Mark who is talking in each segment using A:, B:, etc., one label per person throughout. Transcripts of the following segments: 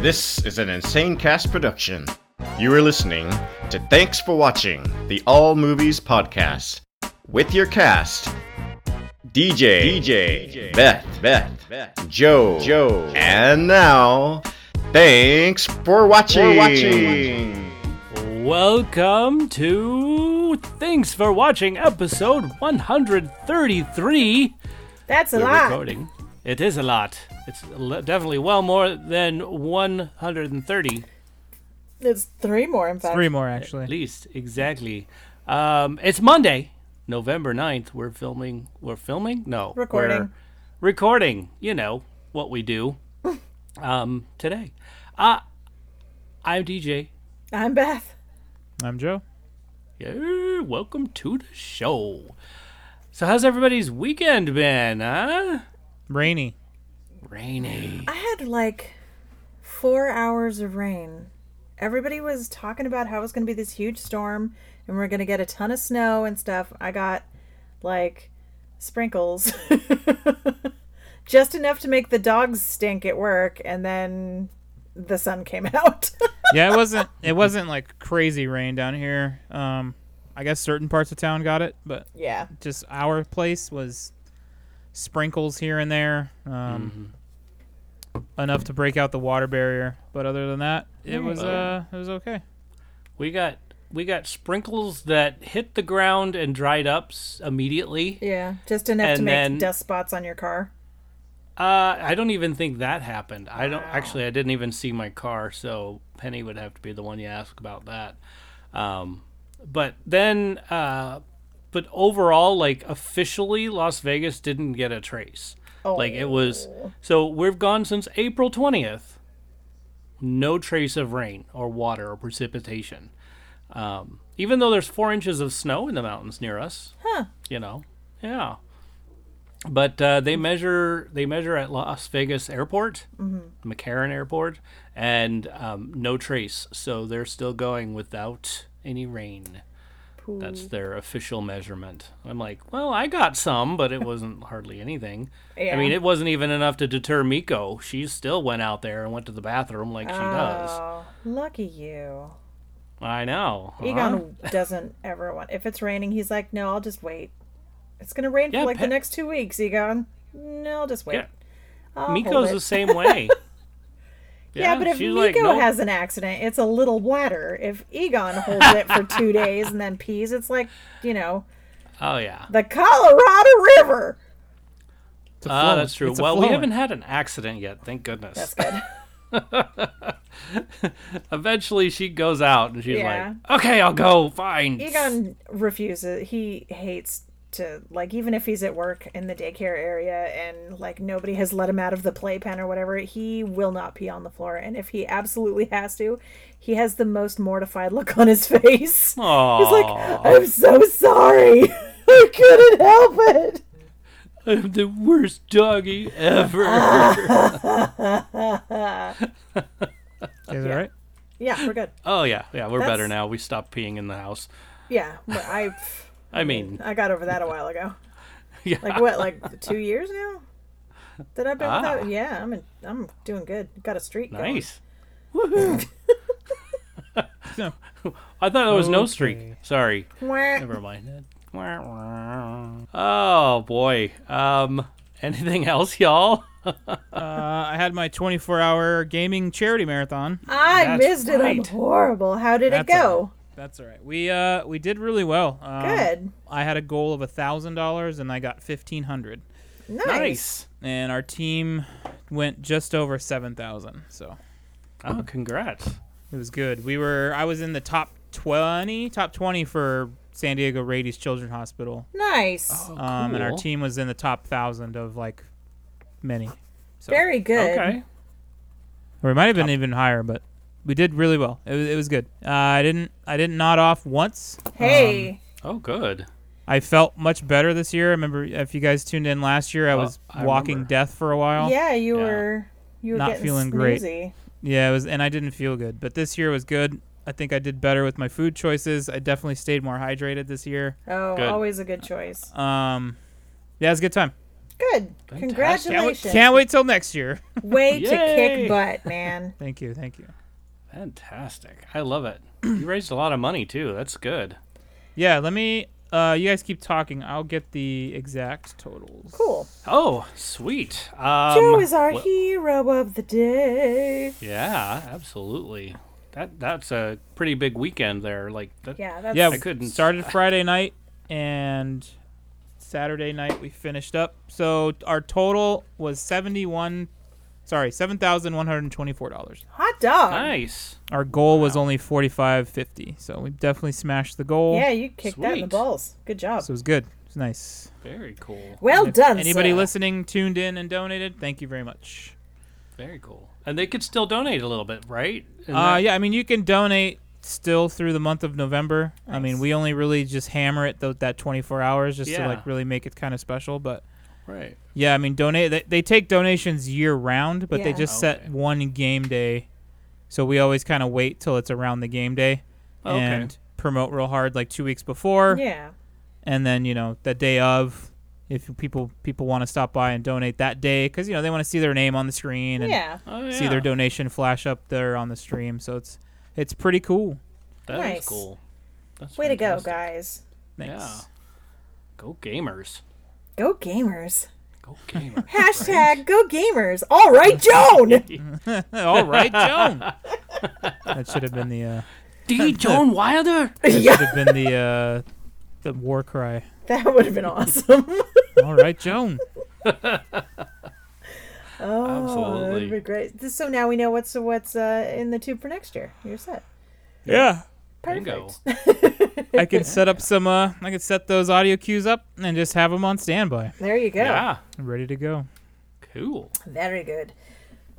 A: This is an Insane Cast production. You are listening to Thanks for Watching, the All Movies Podcast, with your cast DJ, DJ, Beth, Beth, Beth, Joe, Joe, and now, thanks for watching. watching.
B: Welcome to Thanks for Watching episode 133.
C: That's a
B: We're
C: lot.
B: recording. It is a lot. It's le- definitely well more than 130,
C: It's three more, in fact.
D: Three more
B: at
D: actually.
B: least exactly. Um, it's Monday, November 9th. We're filming. We're filming? No. we're
C: Recording.
B: recording, you know, what we do um, today. Uh, I'm DJ.
C: I'm Beth.
D: I'm Joe.
B: Yeah, welcome to the show. So, how's everybody's weekend been, huh?
D: Rainy.
B: Rainy.
C: I had like four hours of rain. Everybody was talking about how it was going to be this huge storm and we're going to get a ton of snow and stuff. I got like sprinkles. Just enough to make the dogs stink at work and then the sun came out.
D: Yeah, it wasn't it wasn't like crazy rain down here. Um I guess certain parts of town got it, but
C: yeah.
D: just our place was sprinkles here and there. Um
B: Mm-hmm.
D: enough to break out the water barrier, but other than that, it was uh it was okay.
B: We got we got sprinkles that hit the ground and dried up s- immediately.
C: Yeah. Just enough to
B: And
C: make
B: then-
C: dust spots on your car.
B: Uh, I don't even think that happened. I don't actually. I didn't even see my car, so Penny would have to be the one you ask about that. Um, but then, uh, but overall, like officially, Las Vegas didn't get a trace.
C: Oh.
B: Like it was. So we've gone since April twentieth. No trace of rain or water or precipitation. Um, even though there's four inches of snow in the mountains near us. Huh. You know. Yeah but uh,
C: Mm.
B: they measure they measure at Las Vegas Airport,
C: Mm-hmm.
B: McCarran Airport, and um, no trace. So they're still going without any rain. That's their official measurement. I'm like, well, I got some, but it wasn't hardly anything. I
C: Yeah.
B: mean, it wasn't even enough to deter Miko. She still went out there and went to the bathroom like she does.
C: Oh, lucky you.
B: I know. huh?
C: Egon doesn't ever want. If it's raining, he's like, "No, I'll just wait. It's gonna rain
B: Yeah,
C: for like
B: Pe-
C: the next two weeks." Egon, no, I'll just wait.
B: Yeah.
C: I'll hold
B: Miko's
C: it."
B: the same way.
C: yeah, but if
B: she's
C: Miko
B: like, "Nope."
C: has an accident, it's a little water. If Egon holds it for two days and then pees, it's like you know
B: oh yeah,
C: the Colorado River.
D: It's a
B: Ah,
D: flow.
B: that's true.
D: It's a
B: Well, we
D: flowing.
B: haven't had an accident yet, thank goodness.
C: That's good.
B: Eventually, she goes out and she's
C: Yeah.
B: like, "Okay, I'll go. Fine."
C: Egon refuses. He hates to like even if he's at work in the daycare area and like nobody has let him out of the playpen or whatever, he will not pee on the floor. And if he absolutely has to, he has the most mortified look on his face.
B: Aw.
C: He's like, "I'm so sorry. I couldn't help it."
B: I'm the worst doggy ever.
D: Is it right?
C: Yeah, we're good.
B: oh yeah, yeah, we're
C: That's-
B: better now. We stopped peeing in the house.
C: Yeah, but I
B: I mean,
C: I got over that a while ago.
B: yeah,
C: Like what? Like two years now? That I've been
B: Ah.
C: without. Yeah, I'm in, I'm doing good. Got a streak. going.
B: nice. Woohoo!
D: No.
B: I thought it was no streak.
D: Okay.
B: Sorry.
C: Mwah.
B: Never mind. Oh boy. Um. Anything else, y'all?
D: Uh, I had my 24-hour gaming charity marathon.
C: I
B: That's
C: missed it. I'm
B: right.
C: horrible. How did
D: That's
C: it go?
D: That's all right. We uh we did really well. Um,
C: Good.
D: I had a goal of a thousand dollars and I got fifteen hundred.
C: Nice.
D: And our team went just over seven thousand, so
B: Oh, congrats.
D: it was good. We were I was in the top twenty, top twenty for San Diego Radies Children's Hospital,
C: Nice.
B: Oh,
D: um, and our
B: cool.
D: team was in the top thousand of like many.
C: Very good.
B: Okay.
D: Or it might have been even higher, but we did really well. It was, it was good. Uh, I didn't I didn't nod off once. Um,
C: Hey,
B: Oh, good.
D: I felt much better this year. I remember if you guys tuned in last year, I was
B: I
D: walking
B: remember.
D: death for a while.
C: yeah, you
B: Yeah.
C: were you were
D: Not
C: getting
D: feeling great.
C: snoozy.
D: Yeah, it was, and I didn't feel good. But this year was good. I think I did better with my food choices. I definitely stayed more hydrated this year.
C: Oh,
B: Good.
C: always a good choice.
D: Um, yeah, it was a good time.
C: Good. Congratulations.
D: Can't wait till next year.
C: Way to
B: Yay.
C: kick butt, man.
D: thank you, thank you.
B: Fantastic. I love it. You raised a lot of money too. That's good.
D: Yeah, let me. Uh, you guys keep talking. I'll get the exact totals.
C: Cool.
B: Oh, sweet. Um,
C: Joe is our
B: wh-
C: hero of the day.
B: Yeah, absolutely. That that's a pretty big weekend there. Like that,
C: Yeah, that's
D: Yeah,
B: I couldn't-
D: Started Friday night and Saturday night we finished up. So our total was seventy-one. Sorry, seven thousand one hundred twenty-four dollars.
C: hot dog.
B: nice.
D: Our goal was only forty-five fifty, so we definitely smashed the goal.
C: Yeah, you kicked that in the
B: Sweet.
C: balls. Good job.
D: so it was good. It was nice.
B: Very cool.
C: well
D: If
C: done.
D: Anybody
C: sir.
D: listening tuned in and donated? Thank you very much.
B: Very cool. And they could still donate a little bit, right? Isn't
D: Uh,
B: that-
D: yeah, I mean, you can donate still through the month of November. I mean,
C: Nice.
D: we only really just hammer it tho- that 24 hours just
B: Yeah.
D: to like really make it kind of special. But
B: Right.
D: yeah, I mean, donate. They, they take donations year round, but they
C: Yeah.
D: just
B: Okay.
D: set one game day, so we always kind of wait till it's around the game day
B: Okay.
D: and promote real hard like two weeks before,
C: Yeah.
D: and then you know the day of. If people people want to stop by and donate that day, because you know they want to see their name on the screen and
C: Yeah.
B: Oh, yeah.
D: see their donation flash up there on the stream, so it's it's pretty cool.
B: That is
C: Nice.
B: cool. That's
C: Way to go,
B: fantastic.
C: guys.
D: Thanks.
B: Yeah. Go gamers.
C: Go gamers.
B: Go gamers.
C: Hashtag go gamers. All right, Joan.
D: All right, Joan. that should have been the uh,
B: D. Joan Wilder.
D: should
C: yeah,
D: have been the uh, the war cry.
C: that would have been awesome.
D: All right, Joan.
C: Oh, that
B: Absolutely.
C: would be great. Just So now we know what's what's uh, in the tube for next year. You're set.
D: Yeah.
B: Bingo.
C: Perfect.
D: I could set up some. Uh, I could set those audio cues up and just have them on standby,
C: There you go.
B: Yeah.
D: I'm ready to go.
B: Cool.
C: Very good.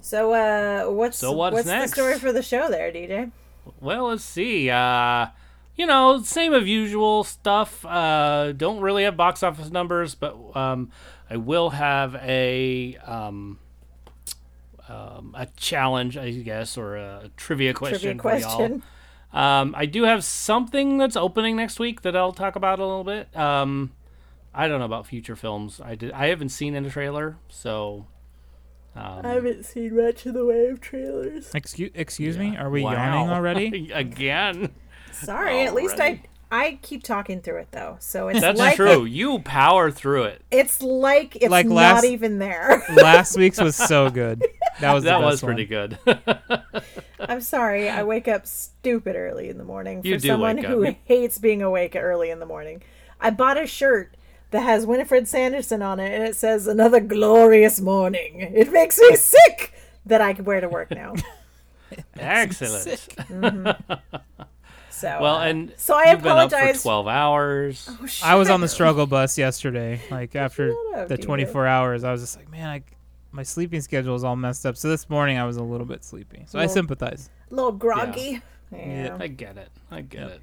C: So uh, what's
B: So what's next?
C: the story for the show there, DJ?
B: Well, let's see. Uh, you know, same of usual stuff. Uh, don't really have box office numbers, but um, I will have a um, um, a challenge, I guess, or a trivia
C: Trivia
B: question. For y'all.
C: question.
B: Um, I do have something that's opening next week that I'll talk about a little bit. Um, I don't know about future films. I did. I haven't seen any trailer, so Um,
C: I haven't seen much in the way of trailers.
D: Excuse excuse me. Are we
B: Wow.
D: yawning already?
B: again.
C: Sorry. At least I I keep talking through it though, so it's
B: That's
C: like
B: true. You power through it.
C: It's like it's
D: Like
C: not
D: last-
C: even there.
D: Last week's was so good. That was the
B: That
D: best
B: was pretty
D: one.
B: good.
C: I'm sorry, I wake up stupid early in the morning for
B: You do
C: someone
B: wake
C: who
B: up.
C: hates being awake early in the morning. I bought a shirt that has Winifred Sanderson on it and it says another glorious morning. It makes me sick that I can wear to work now.
B: Excellent.
C: So
B: Well,
C: uh,
B: and
C: so I
B: you've been up for
C: apologize. Oh.
B: twelve hours.
D: I was on the struggle bus yesterday. Like after
C: up,
D: the
C: dude.
D: 24 hours, I was just like, man, I, my sleeping schedule is all messed up. So this morning I was a little bit sleepy. So I
C: Well-
D: sympathize.
C: a little groggy. Yeah.
B: I get it. I get it.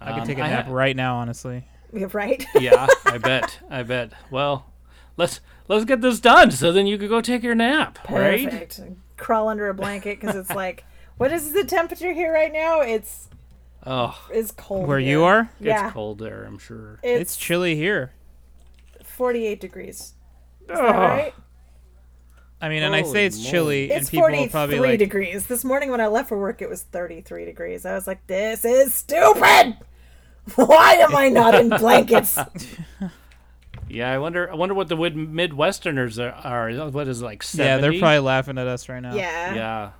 D: I could
B: Um,
D: take a
B: I
D: nap
B: ha-
D: right now, honestly.
C: You're right.
B: yeah, I bet. I bet. Well, let's let's get this done so then you could go take your nap, right?
C: Perfect. Crawl under a blanket because it's like, what is the temperature here right now? It's
B: Oh,
C: it's cold.
D: Where
C: here.
D: you are,
C: Yeah.
B: it's cold there, I'm sure.
D: it's chilly here.
C: 48 degrees. Is that
B: Ugh.
C: right?
D: I mean, and I
B: Holy
D: say it's chilly, and
C: It's
D: people
C: 43
D: will probably like,
C: degrees. This morning when I left for work, it was 33 degrees. I was like, this is stupid! Why am I not in blankets?
B: Yeah, I wonder I wonder what the Wid- Midwesterners are, are what is it, like 70?
D: yeah, they're probably laughing at us right now.
C: yeah.
B: Yeah.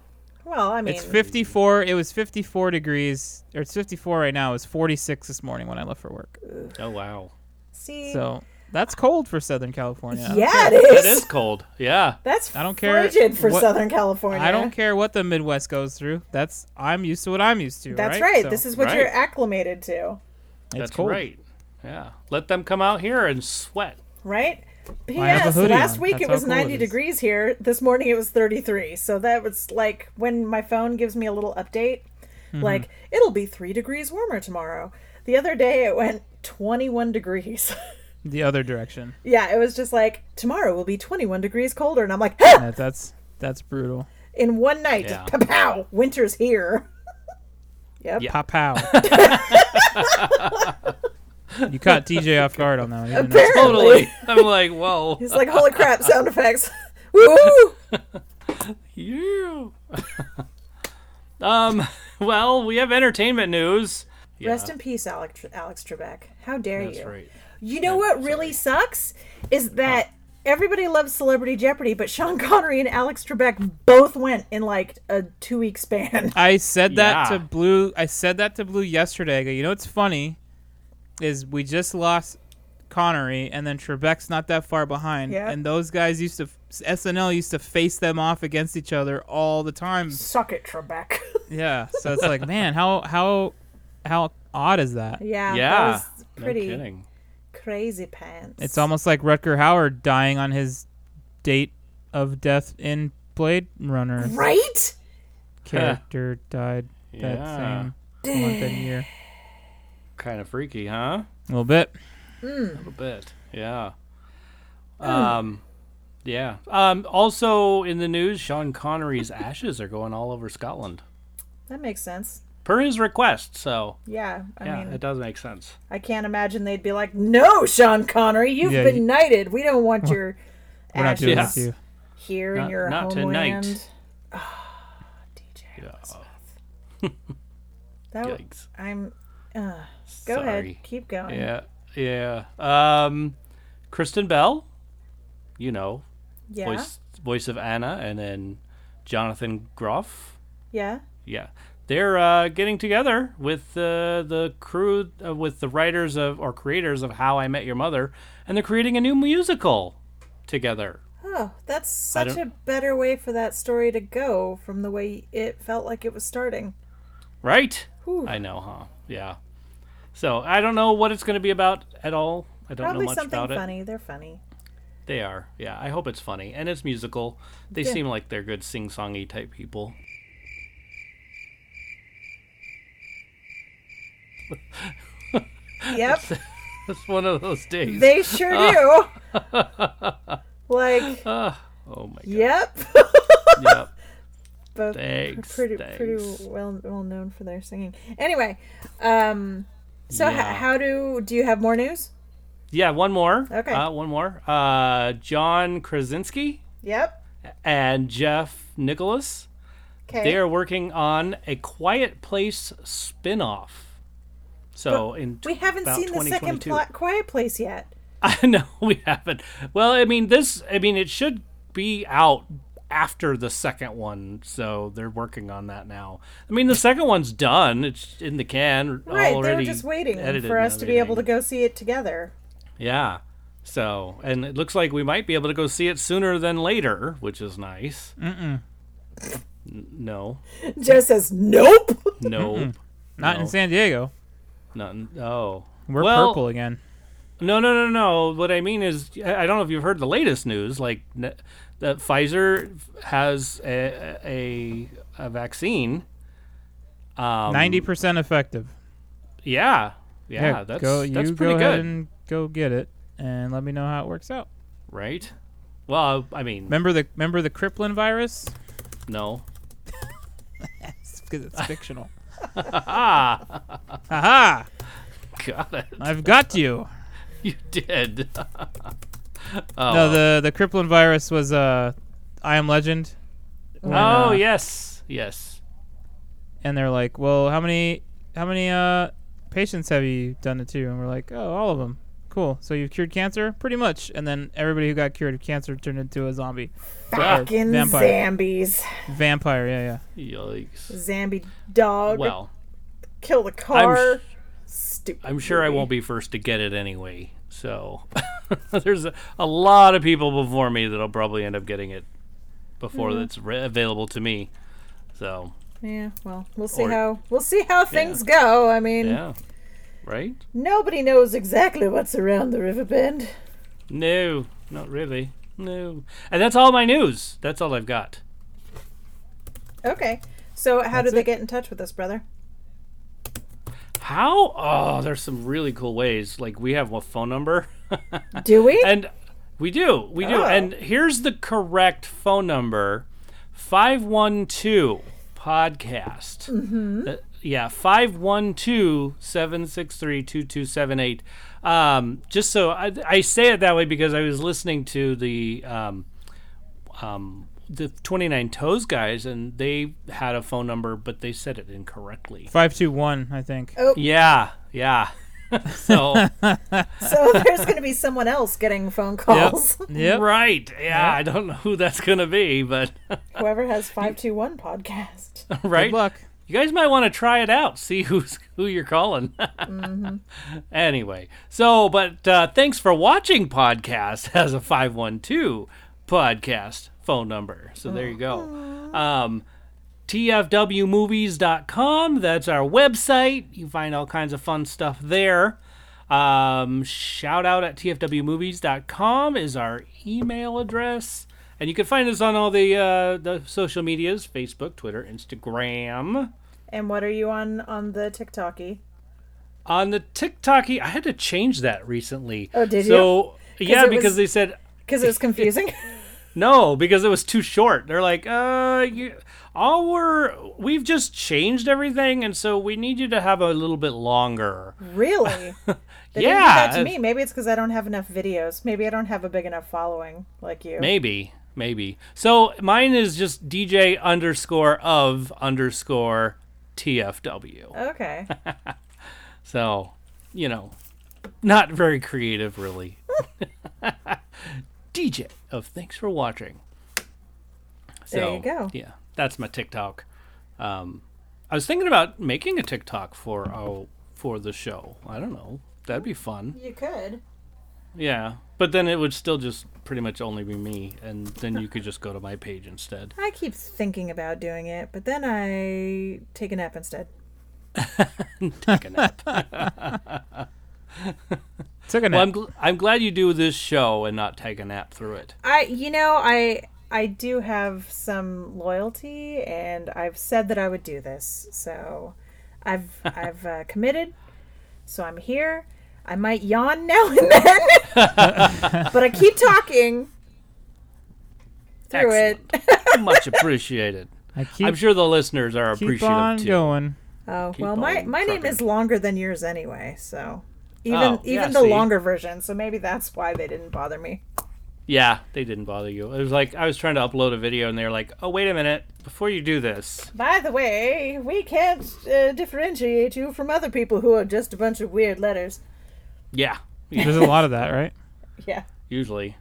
C: Well, I mean,
D: It's 54. It was 54 degrees, or it's 54 right now. It was 46 this morning when I left for work.
B: Oh wow.
C: see.
D: So that's cold for Southern California. I don't
C: yeah, it
B: It
C: is.
B: is cold. Yeah.
C: That's
D: I don't care
C: frigid for
D: what-
C: Southern California.
D: I don't care what the Midwest goes through. That's I'm used to what I'm used to.
C: That's right.
D: right. So
C: this is what
B: Right.
C: you're acclimated to,
D: it's
B: That's
D: cold.
B: right. Yeah. Let them come out here and sweat.
C: right?
D: have a
C: P.S.
D: hoodie
C: Last
D: on.
C: week
D: That's
C: it
D: how
C: was
D: cool it
C: 90
D: is.
C: degrees here. This morning it was 33. So that was like when my phone gives me a little update,
D: Mm-hmm.
C: like it'll be three degrees warmer tomorrow. The other day it went 21 degrees.
D: The other direction.
C: Yeah, it was just like tomorrow will be 21 degrees colder, and I'm like, "Ah!"
D: That, that's that's brutal.
C: in one night,
B: Yeah.
C: pow, pow, winter's here. yep.
B: Yeah.
D: Pow pow. You caught TJ off guard on that. one. He didn't know.
C: Apparently.
B: Totally. I'm like, whoa.
C: He's like, holy crap, sound effects. Woo!
B: Yeah. um. Well, we have entertainment news. Yeah,
C: Rest in peace, Alex, Alex Trebek. How dare
B: That's
C: you?
B: right.
C: You know what really sucks is that everybody loves Celebrity Jeopardy, but Sean Connery and Alex Trebek both went in like a two week span.
D: I said that
B: Yeah.
D: to Blue. I said that to Blue yesterday. I go, you know what's funny is we just lost Connery, and then Trebek's not that far behind.
C: Yeah.
D: And those guys used to SNL used to face them off against each other all the time.
C: Suck it, Trebek.
D: Yeah. So it's like, man, how how how odd is that?
C: yeah.
B: Yeah.
C: That was pretty
B: No kidding.
C: crazy pants.
D: It's almost like Rutger Hauer dying on his date of death in Blade Runner.
C: right.
D: Character died that
B: Yeah.
D: same month and year.
B: Kind of freaky, huh?
D: A little bit.
B: A little bit. Yeah.
C: Oh.
B: Um. Yeah. Um. Also in the news, Sean Connery's ashes are going all over Scotland
C: That makes sense.
B: per his request. So
C: Yeah. I
B: yeah,
C: mean,
B: it does make sense.
C: I can't imagine they'd be like, "No, Sean Connery, you've
D: Yeah,
C: been
D: you-
C: knighted. We don't want your
D: We're not
C: ashes
D: doing
B: Ashes.
D: this to you.
C: here in
B: Not-
C: your
B: not
C: homeland."
B: tonight.
C: Ah, DJ.
B: Yeah.
C: That w-
B: Yikes.
C: I'm. Uh, go
B: Sorry.
C: ahead. Keep going.
B: Yeah. Yeah. Um. Kristen Bell. You know,
C: Yeah.
B: voice voice of Anna, and then Jonathan Groff.
C: Yeah.
B: Yeah, they're uh, getting together with uh, the crew, uh, with the writers of or creators of How I Met Your Mother, and they're creating a new musical together.
C: Oh, that's
B: I
C: such a
B: don't-
C: better way for that story to go from the way it felt like it was starting.
B: Right?
C: Whew.
B: I know, huh? Yeah. So I don't know what it's going to be about at all. I don't
C: Probably
B: know much
C: something
B: about it.
C: funny. They're funny.
B: They are. Yeah, I hope it's funny and it's musical. They
C: Yeah.
B: seem like they're good sing-songy type people.
C: Yep,
B: It's one of those days.
C: they sure do. like,
B: oh my god.
C: yep.
B: Yep.
C: Both
B: Thanks.
C: pretty pretty
B: thanks.
C: well well known for their singing. Anyway, um, so h-
B: Yeah.
C: how do do you have more news?
B: Yeah, one more.
C: Okay.
B: Uh, one more. Uh, John Krasinski
C: Yep.
B: and Jeff Nicholas.
C: Okay.
B: They are working on a Quiet Place spin-off. So in t-
C: we haven't
B: about
C: seen the second
B: 2022.
C: plot Quiet Place yet.
B: I know we haven't. Well, I mean this. I mean it should be out after the second one, so they're working on that now. I mean the second one's done. It's in the can
C: Right,
B: already.
C: they were just waiting
B: edited
C: for
B: and
C: us to be able to
B: everything.
C: go see it together.
B: Yeah. So, and it looks like we might be able to go see it sooner than later, which is nice. Mm-mm. No,
C: Joe says, "Nope."
B: no,
D: Not
B: No.
D: in San Diego.
B: none. Oh,
D: We're
B: Well-
D: purple again.
B: no, no, no, no. What I mean is, I I don't know if you've heard the latest news. Like, n- that Pfizer has a a, a vaccine. Um,
D: Ninety percent effective.
B: Yeah, yeah,
D: Here,
B: that's
D: go,
B: that's
D: you
B: pretty
D: go
B: good,
D: ahead and go get it, and let me know how it works out.
B: right? Well, I mean,
D: Remember the remember the Criplin virus?
B: no.
D: It's because it's fictional.
B: Ah,
D: Haha!
B: got it.
D: I've got you.
B: You did. Oh.
D: No, the the Criplin virus was uh, I Am Legend. When,
B: Oh
D: uh,
B: yes, yes.
D: And they're like, well, how many how many uh patients have you done it to? And we're like, oh, all of them. Cool. So you've cured cancer, pretty much. And then everybody who got cured of cancer turned into a zombie,
C: Fucking
D: vampire.
C: zombies,
D: vampire. Yeah, yeah.
B: Yikes.
C: zombie dog,
B: Well,
C: kill the
B: I'm
C: car.
B: sh-
C: Stupid.
B: I'm sure I won't be first to get it anyway. So there's a, a lot of people before me that'll probably end up getting it before it's re- available to me. So
C: Yeah, well, we'll see
B: Or-
C: how we'll see how things go. I mean,
B: yeah, right?
C: nobody knows exactly what's around the river bend.
B: No, not really. No, and that's all my news. That's all I've got.
C: Okay, so how do they get in touch with us, brother?
B: How? Oh, there's some really cool ways. Like we have a phone number.
C: Do we?
B: And we do. We do.
C: Oh.
B: And here's the correct
D: Mm-hmm.
B: phone number 512 podcast. Uh, yeah, 512-763-2278. Um, just so I, I say it that way because I was listening to the um, um, the 29 Toes guys and they had a phone number but they said it incorrectly.
D: Five two one, I think.
C: Oh,
B: Yeah, yeah. so
C: so there's going to be someone else getting phone calls.
D: Yep.
B: right. Yeah, I don't know who that's going to be, but
C: Whoever has 521 podcast.
B: right.
D: Good luck.
B: you guys might want to try it out see who's who you're calling anyway so but uh, thanks for watching podcast has a 512 podcast phone number so there you go um tfwmovies.com that's our website you find all kinds of fun stuff there um, shout out at tfwmovies.com is our email address. And you can find us on all the uh, the social medias Facebook, Twitter, Instagram.
C: And what are you on on the TikToky?
B: On the TikToky, I had to change that recently.
C: Oh, did
B: so, So, yeah,
C: it
B: because
C: was-
B: they said
C: Because it was confusing.
B: No, because it was too short. They're like, uh, you, all we're we've just changed everything, and so we need you to have a little bit longer.
C: really? They didn't do
B: yeah,
C: that to me. Maybe it's because I don't have enough videos. Maybe I don't have a big enough following like you.
B: Maybe, maybe. So mine is just DJ underscore of underscore TFW.
C: Okay.
B: So, you know, not very creative, really. DJ of thanks for watching. So,
C: There you go.
B: Yeah, that's my TikTok. Um, I was thinking about making a TikTok for our, for the show. I don't know. That'd be fun.
C: You could.
B: Yeah, but then it would still just pretty much only be me, and then you could just go to my page instead.
C: I keep thinking about doing it, but then I take a nap instead.
B: Take a nap.
D: Took a
B: well, I'm,
D: nap.
B: gl- I'm glad you do this show and not take a nap through it.
C: I, you know, I I do have some loyalty, and I've said that I would do this, so I've I've uh, committed. So I'm here. I might yawn now and then, but I keep talking through it.
B: Much appreciated.
D: I keep,
B: I'm sure the listeners are
D: keep
B: appreciative
D: on
B: too.
D: going.
C: Oh
B: Keep
C: well, my
B: on
C: my name
B: trucking.
C: is longer than yours anyway, so even
B: Oh, yeah,
C: even the
B: see?
C: longer version. So maybe that's why they didn't bother me.
B: Yeah, they didn't bother you. It was like I was trying to upload a video and they're like, "Oh, wait a minute, before you do this."
C: By the way, we can't uh, differentiate you from other people who are just a bunch of weird letters.
B: Yeah,
D: There's a lot of that, right?
C: Yeah.
B: usually.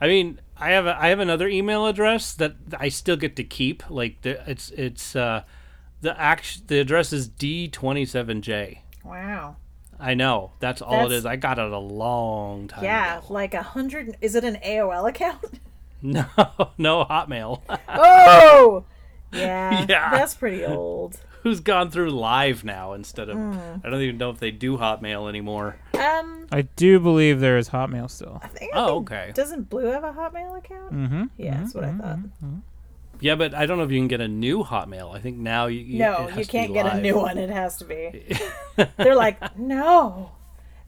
B: I mean, I have a, I have another email address that I still get to keep. Like the, it's it's uh, the act the address is d27j.
C: Wow.
B: I know that's all it
C: That's-
B: is. I got it a long time.
C: Yeah,
B: ago.
C: like a hundred. Is it an AOL account?
B: No, no Hotmail.
C: Oh, yeah,
B: Yeah.
C: That's pretty old.
B: Who's gone through live now instead of?
C: Hmm.
B: I don't even know if they do Hotmail anymore.
C: Um,
D: I do believe there is Hotmail still.
C: I think.
B: Oh,
C: I think-
B: okay.
C: Doesn't Blue have a Hotmail account?
D: Mm-hmm.
C: Yeah, that's what I thought.
B: Yeah, but I don't know if you can get a new Hotmail. I think now you, you
C: No,
B: it has
C: you
B: to be
C: can't get a
B: live.
C: new one. It has to be. They're like, no,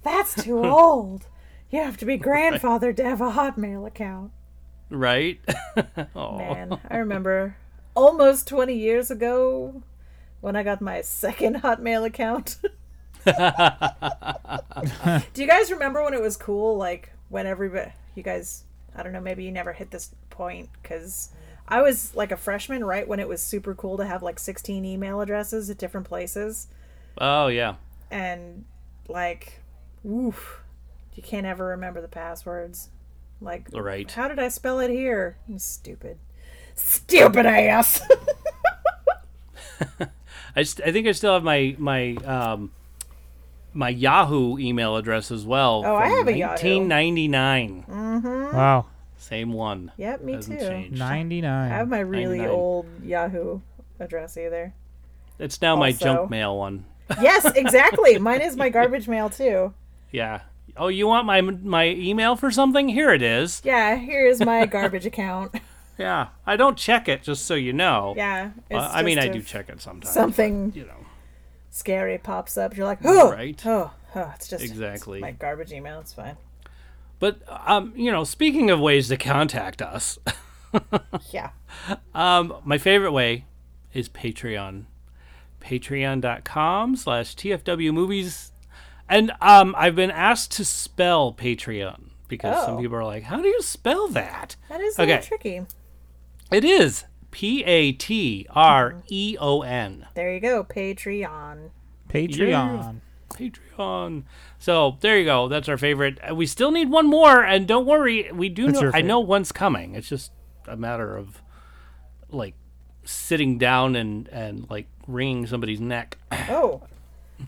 C: that's too old. You have to be grandfathered to have a Hotmail account.
B: right? oh,
C: Man, I remember almost 20 years ago when I got my second Hotmail account. Do you guys remember when it was cool? Like, when everybody, you guys, I don't know, maybe you never hit this point because I was like a freshman, right? When it was super cool to have like 16 email addresses at different places.
B: oh yeah,
C: And like, woof, you can't ever remember the passwords. Like,
B: right.
C: how did I spell it here? Stupid. Stupid ass.
B: I, st- I think I still have my my um my Yahoo email address as well.
C: Oh, I have a Yahoo.
B: 1999.
D: Wow.
B: Same one.
C: Yep, me
B: Hasn't
C: too.
B: changed.
D: Ninety
C: I have
D: nine.
C: my really
B: 99.
C: old Yahoo address either.
B: It's now my
C: Also-
B: junk mail one.
C: Yes, exactly. Mine is my garbage mail too.
B: Yeah. Oh, you want my my email for something? Here it is.
C: Yeah, here is my garbage account.
B: Yeah. I don't check it, just so you know.
C: Yeah.
B: Uh,
C: it's
B: I mean,
C: just
B: I do
C: if
B: check it sometimes.
C: Something
B: You know.
C: scary pops up. You're like, oh,
B: Right.
C: oh, oh, it's just it's
B: Exactly.
C: my garbage email. It's fine.
B: But um, you know, speaking of ways to contact us.
C: Yeah.
B: Um, my favorite way is Patreon. patreon.com slash tfw movies and um, i've been asked to spell patreon because some
C: Oh.
B: people are like how do you spell that
C: That is a little
B: Okay.
C: tricky.
B: it is E p-a-t-r-e-o-n
C: There you go, Patreon.
D: Patreon.
B: patreon so there you go that's our favorite Uh, we still need one more and don't worry we do
D: That's
B: know
D: your
B: i know one's coming it's just a matter of like sitting down and and like wringing somebody's neck
C: Oh,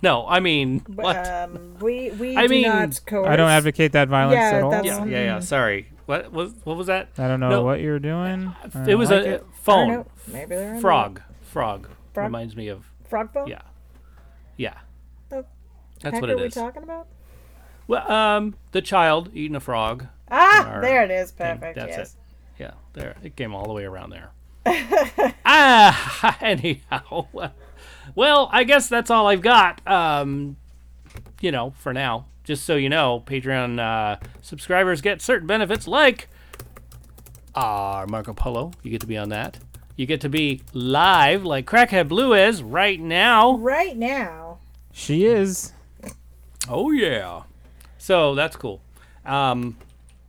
B: no i mean what
C: um, we we
B: I
C: do
B: mean,
C: not coerce.
D: I don't advocate that violence
C: Yeah,
D: at all.
C: that's-
B: yeah, yeah, yeah. Sorry. What was what was that?
D: I don't know
B: No.
D: what you're doing. I don't
B: it was
D: like
B: a
D: it.
C: I don't
B: phone.
C: know. Maybe they're in
B: Frog. Frog.
C: Frog?
B: Reminds me of
C: the- frog bone.
B: yeah, yeah.
C: The
B: That's
C: heck
B: what
C: are
B: it
C: we
B: is.
C: talking about?
B: Well, um, the child eating a frog.
C: Ah,
B: Our
C: there it is.
B: thing.
C: Perfect.
B: That's
C: yes.
B: it. Yeah, there. It came all the way around there. ah, anyhow. Well, I guess that's all I've got. Um, you know, for now. Just so you know, Patreon uh, subscribers get certain benefits like our Marco Polo. You get to be on that. You get to be live like Crackhead Blue is right now.
C: Right now,
D: She is.
B: Oh yeah. So that's cool. Um,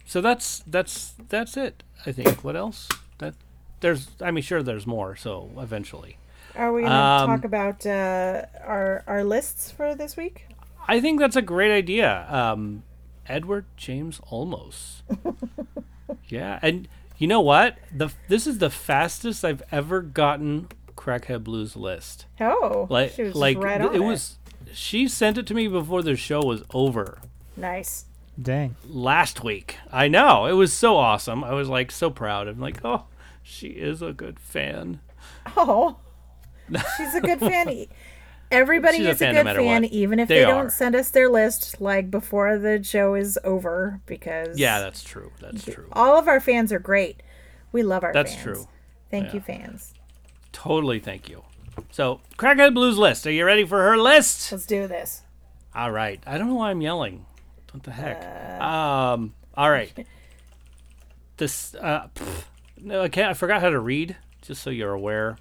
B: so that's that's that's it. I think. What else? That there's. I mean, sure, there's more. So eventually,
C: are we going to
B: Um,
C: talk about uh, our our lists for this week?
B: I think that's a great idea. Um, Edward James Olmos. yeah, and you know what? The this is the fastest I've ever gotten Crackhead Blues list.
C: Oh,
B: Like
C: she was just
B: like
C: right
B: th-
C: on
B: it was. She sent it to me before the show was over.
C: nice.
D: Dang.
B: last week. I know. It was so awesome. I was like so proud. I'm like, oh, she is a good fan.
C: Oh, she's a good fan. Everybody
B: She's a
C: is a,
B: fan no
C: good
B: matter
C: fan,
B: what.
C: even if
B: They
C: they,
B: are.
C: don't send us their list like before the show is over, because
B: Yeah, that's true. That's true.
C: all of our fans are great. We love our
B: That's
C: fans.
B: true.
C: Thank you, fans.
B: Totally thank you. So, Crackhead Blues list. Are you ready for her list?
C: Let's do this.
B: All right. I don't know why I'm yelling. What the heck? Um. All right. This. Uh. pff, no, I can't. I forgot how to read. Just so you're aware.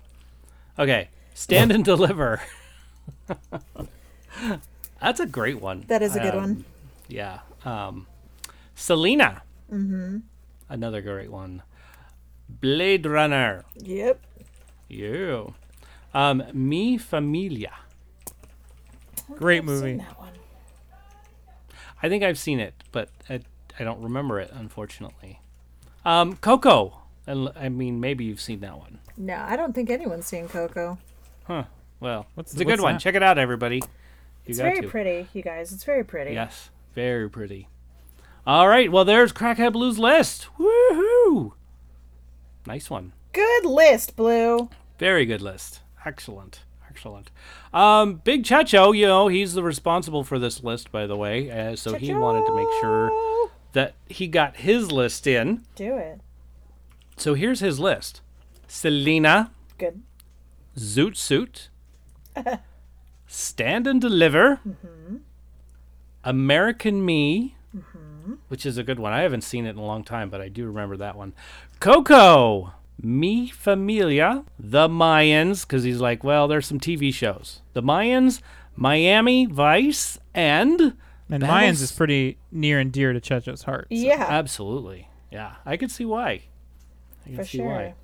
B: Okay. Stand and deliver. That's a great one.
C: That is a good
B: Um,
C: one.
B: Yeah. Um, Selena. Mm-hmm. Another great one. Blade Runner.
C: Yep.
B: You. Um, Mi Familia.
D: Great
C: I've seen
D: movie.
C: that one.
B: I think I've seen it, but I, I don't remember it, unfortunately. Um, Coco. And l- I mean, maybe you've seen that one.
C: No, I don't think anyone's seen Coco.
B: Huh. Well,
D: What's-
B: it's a good
D: what's
B: one.
D: that?
B: Check it out, everybody. You
C: It's
B: got
C: very
B: to.
C: pretty, you guys. It's very pretty.
B: Yes. Very pretty. All right. Well, there's Crackhead Blues list. Woohoo! Nice one.
C: Good list, Blue.
B: Very good list. Excellent. Excellent. Um, Big Chacho, you know, he's the responsible for this list, by the way. Uh, so he wanted to make sure
C: Chacho.
B: that he got his list in.
C: Do it.
B: So here's his list Selena,
C: Good.
B: Zoot Suit, Stand and Deliver, American Me, which is a good one. I haven't seen it in a long time, but I do remember that one. Coco, Mi Familia, The Mayans, because he's like, well, there's some TV shows. The Mayans, Miami Vice, and
D: And
B: Battles-
D: Mayans is pretty near and dear to Checho's heart. so-
C: yeah,
B: absolutely, yeah, I could see why. I can
C: for
B: see
C: sure.
B: why.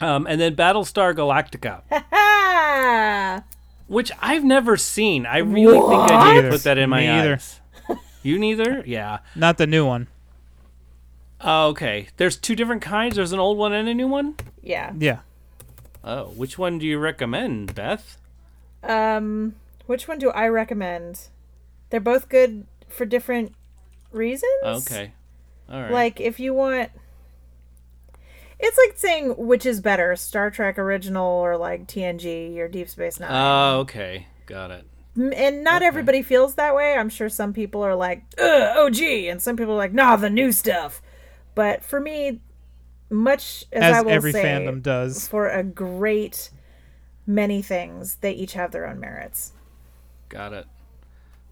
B: Um, and then Battlestar Galactica.
C: Ah,
B: which I've never seen. I really think I need to
D: What?
B: put that in my
D: Me either.
B: eyes. You neither? Yeah.
D: Not the new one.
B: Oh, okay. There's two different kinds. There's an old one and a new one.
C: yeah.
D: Yeah.
B: Oh, which one do you recommend, Beth?
C: Um, which one do I recommend? They're both good for different reasons.
B: Okay. All right.
C: Like if you want It's like saying which is better, Star Trek original or like TNG or Deep Space 9.
D: Uh,
B: Oh, okay. Got it.
C: M- and not everybody feels that way. I'm sure some people are like, Ugh, OG, and some people are like, nah, the new stuff. But for me, much as, I
D: As
C: will
D: every
C: say,
D: fandom does.
C: for a great many things, they each have their own merits.
B: Got it.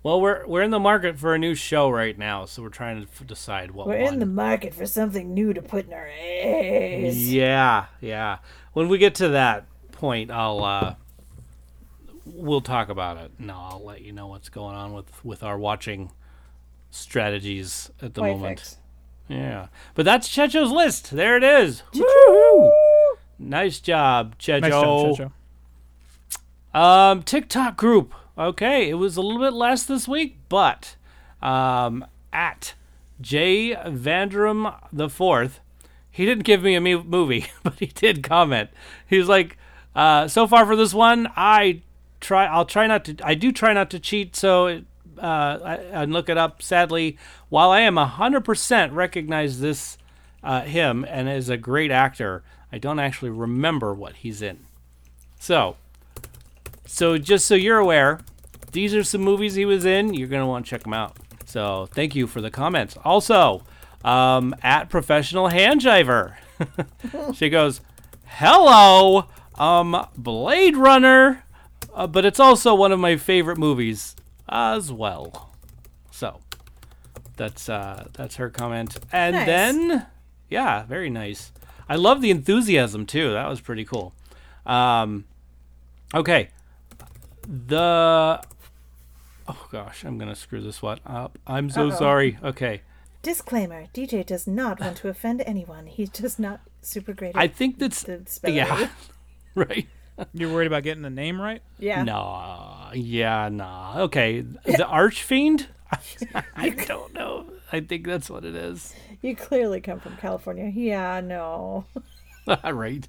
B: Well, we're we're in the market for a new show right now, so we're trying to f- decide what
C: We're
B: one.
C: in the market for something new to put in our ass.
B: yeah, yeah. When we get to that point, I'll uh we'll talk about it. No, I'll let you know what's going on with with our watching strategies at the
C: Way
B: moment.
C: fix.
B: Yeah, but that's Checho's list. There it is. Woo! Nice job, Checho.
D: Nice job, Checho.
B: Um, TikTok group. Okay, it was a little bit less this week, but um, at J Vandrum the fourth, he didn't give me a mu- movie, but he did comment. He was like, uh, "So far for this one, I try. I'll try not to. I do try not to cheat. So." It, uh, I, and look it up. Sadly, while I am hundred percent recognize this uh, him and is a great actor, I don't actually remember what he's in. So, so just so you're aware, these are some movies he was in. You're gonna want to check them out. So thank you for the comments. Also, um, at professional handjiver, she goes, "Hello, um, Blade Runner, uh, but it's also one of my favorite movies as well." So that's uh, that's her comment. And
C: Nice.
B: then, yeah, very nice. I love the enthusiasm too. That was pretty cool. Um, okay, the oh gosh, I'm gonna screw this one up. I'm so sorry. Okay,
C: Disclaimer: DJ does not want to offend anyone. He's just not super great. At
B: I think that's
C: the spelling.
B: yeah, right.
D: You're worried about getting the name right?
C: yeah.
B: No, yeah, nah. Okay, the Archfiend. I don't know. I think that's what it is.
C: You clearly come from California. Yeah, no.
B: right.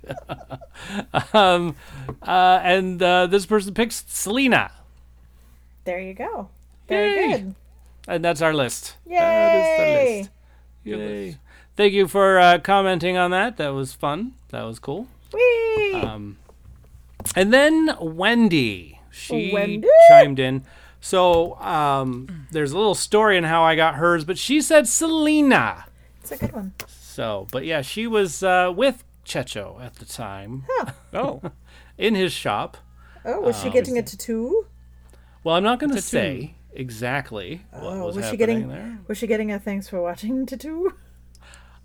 B: um, uh, and uh, this person picks Selena,
C: There you go. Very
B: Yay.
C: good.
B: and that's our list.
C: Yay!
B: That is the list. Yay. Thank you for uh, commenting on that. That was fun. That was cool.
C: Whee!
B: Uh, And then Wendy, she
C: Wendy!
B: chimed in. So um, there's a little story in how I got hers, but she said Selena.
C: it's a good one.
B: So, but yeah, she was uh, with Checho at the time
D: Oh,
B: in his shop.
C: Oh, was
B: um,
C: she getting a tattoo?
B: Well, I'm not going to
D: Tattoo.
B: say exactly what
C: Oh,
B: was,
C: was she
B: happening
C: getting
B: there.
C: was she getting a thanks for watching tattoo?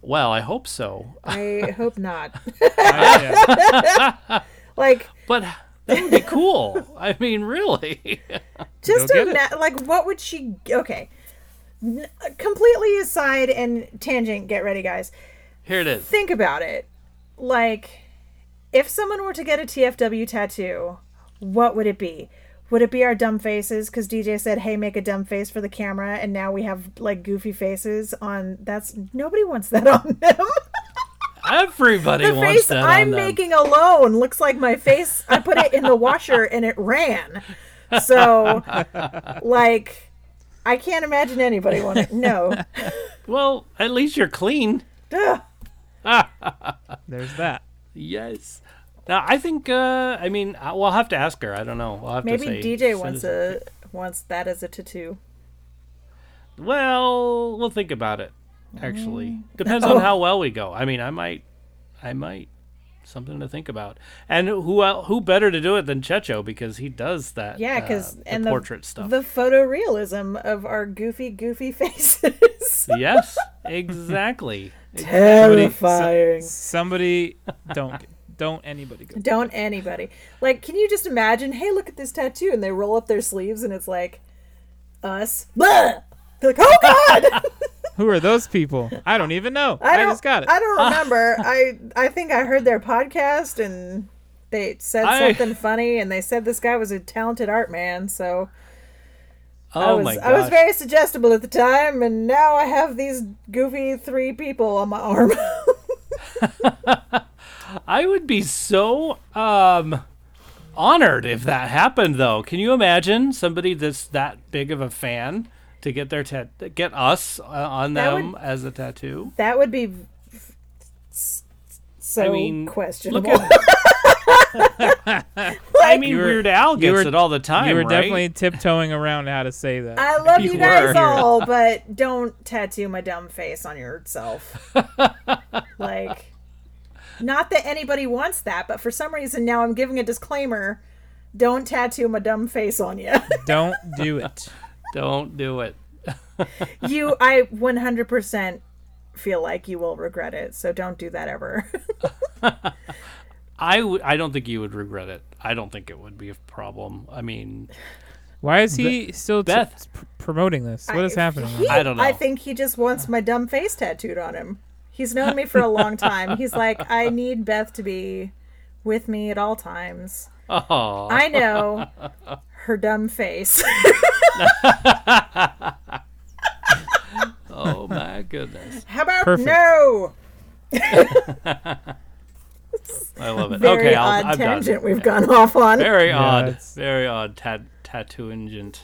B: Well, I hope so.
C: I hope not.
D: I- Oh, yeah.
C: Like
B: But that would be cool. I mean, really.
C: just
D: Go get
C: ima- like what would she okay N- completely aside and tangent get ready guys
B: Here it is.
C: think about it like if someone were to get a tfw tattoo what would it be would it be our dumb faces because dj said hey make a dumb face for the camera and now we have like goofy faces on that's nobody wants that on them
B: Everybody
C: the
B: wants
C: face
B: that
C: i'm
B: on them.
C: making alone looks like my face i put it in the washer and it ran so like i can't imagine anybody wanting no
B: Well, at least you're clean.
C: Ugh.
D: There's that.
B: Yes. Now I think uh, I mean I- we'll have to ask her. I don't know. We'll have to
C: maybe
B: say-
C: dj
B: send
C: wants
B: us-
C: a wants that as a tattoo
B: Well, we'll think about it.
C: Mm.
B: Actually, depends
C: Oh.
B: on how well we go. I mean, I might, I might, something to think about. And who el- who better to do it than Checho because he does that.
C: yeah
B: uh,
C: because
B: the
C: and the
B: portrait stuff.
C: the photorealism of our goofy goofy faces
B: yes, exactly.
D: Somebody- so-
C: terrifying
D: Somebody don't don't anybody go.
C: don't anybody like can you just imagine hey look at this tattoo and they roll up their sleeves and it's like us Blah! they're like oh god
D: Who are those people? I don't even know. I,
C: don't-
D: just got it.
C: I don't remember. I I think I heard their podcast and they said
B: I-
C: something funny and they said this guy was a talented art man. So
B: Oh
C: I was
B: my gosh.
C: I was very suggestible at the time, and now I have these goofy three people on my arm.
B: I would be so um honored if that happened though. Can you imagine somebody that's that big of a fan to get their tat- get us uh, on
C: That
B: them
C: would-
B: as a tattoo?
C: that would be f- s- so
B: I mean,
C: questionable.
B: Look at I mean
D: You were-
B: Weird Al
D: you
B: gets
D: were-
B: it all the time,
D: you were
B: right?
D: definitely tiptoeing around how to say that.
C: I love
B: You
C: you guys
B: were.
C: all, but don't tattoo my dumb face on yourself. like, not that anybody wants that, but for some reason now I'm giving a disclaimer. Don't tattoo my dumb face on you.
D: don't do it.
B: Don't do it.
C: you, I 100% feel like you will regret it, so don't do that ever.
B: I would I don't think you would regret it. I don't think it would be a problem. I mean,
D: Why is he still t-
B: Beth.
D: p- promoting this? What is
C: I-
D: happening?
C: he-
B: I don't know.
C: I think he just wants my dumb face tattooed on him. He's known me for a long time. He's like, I need Beth to be with me at all times.
B: oh,
C: I know her dumb face.
B: oh my goodness,
C: How about
D: Perfect.
C: no?
B: I love it.
C: Very
B: okay,
C: odd
B: I'll, I'm done.
C: tangent we've gone off on.
B: Very odd,
D: it's-
B: very odd tat tattoo ingent.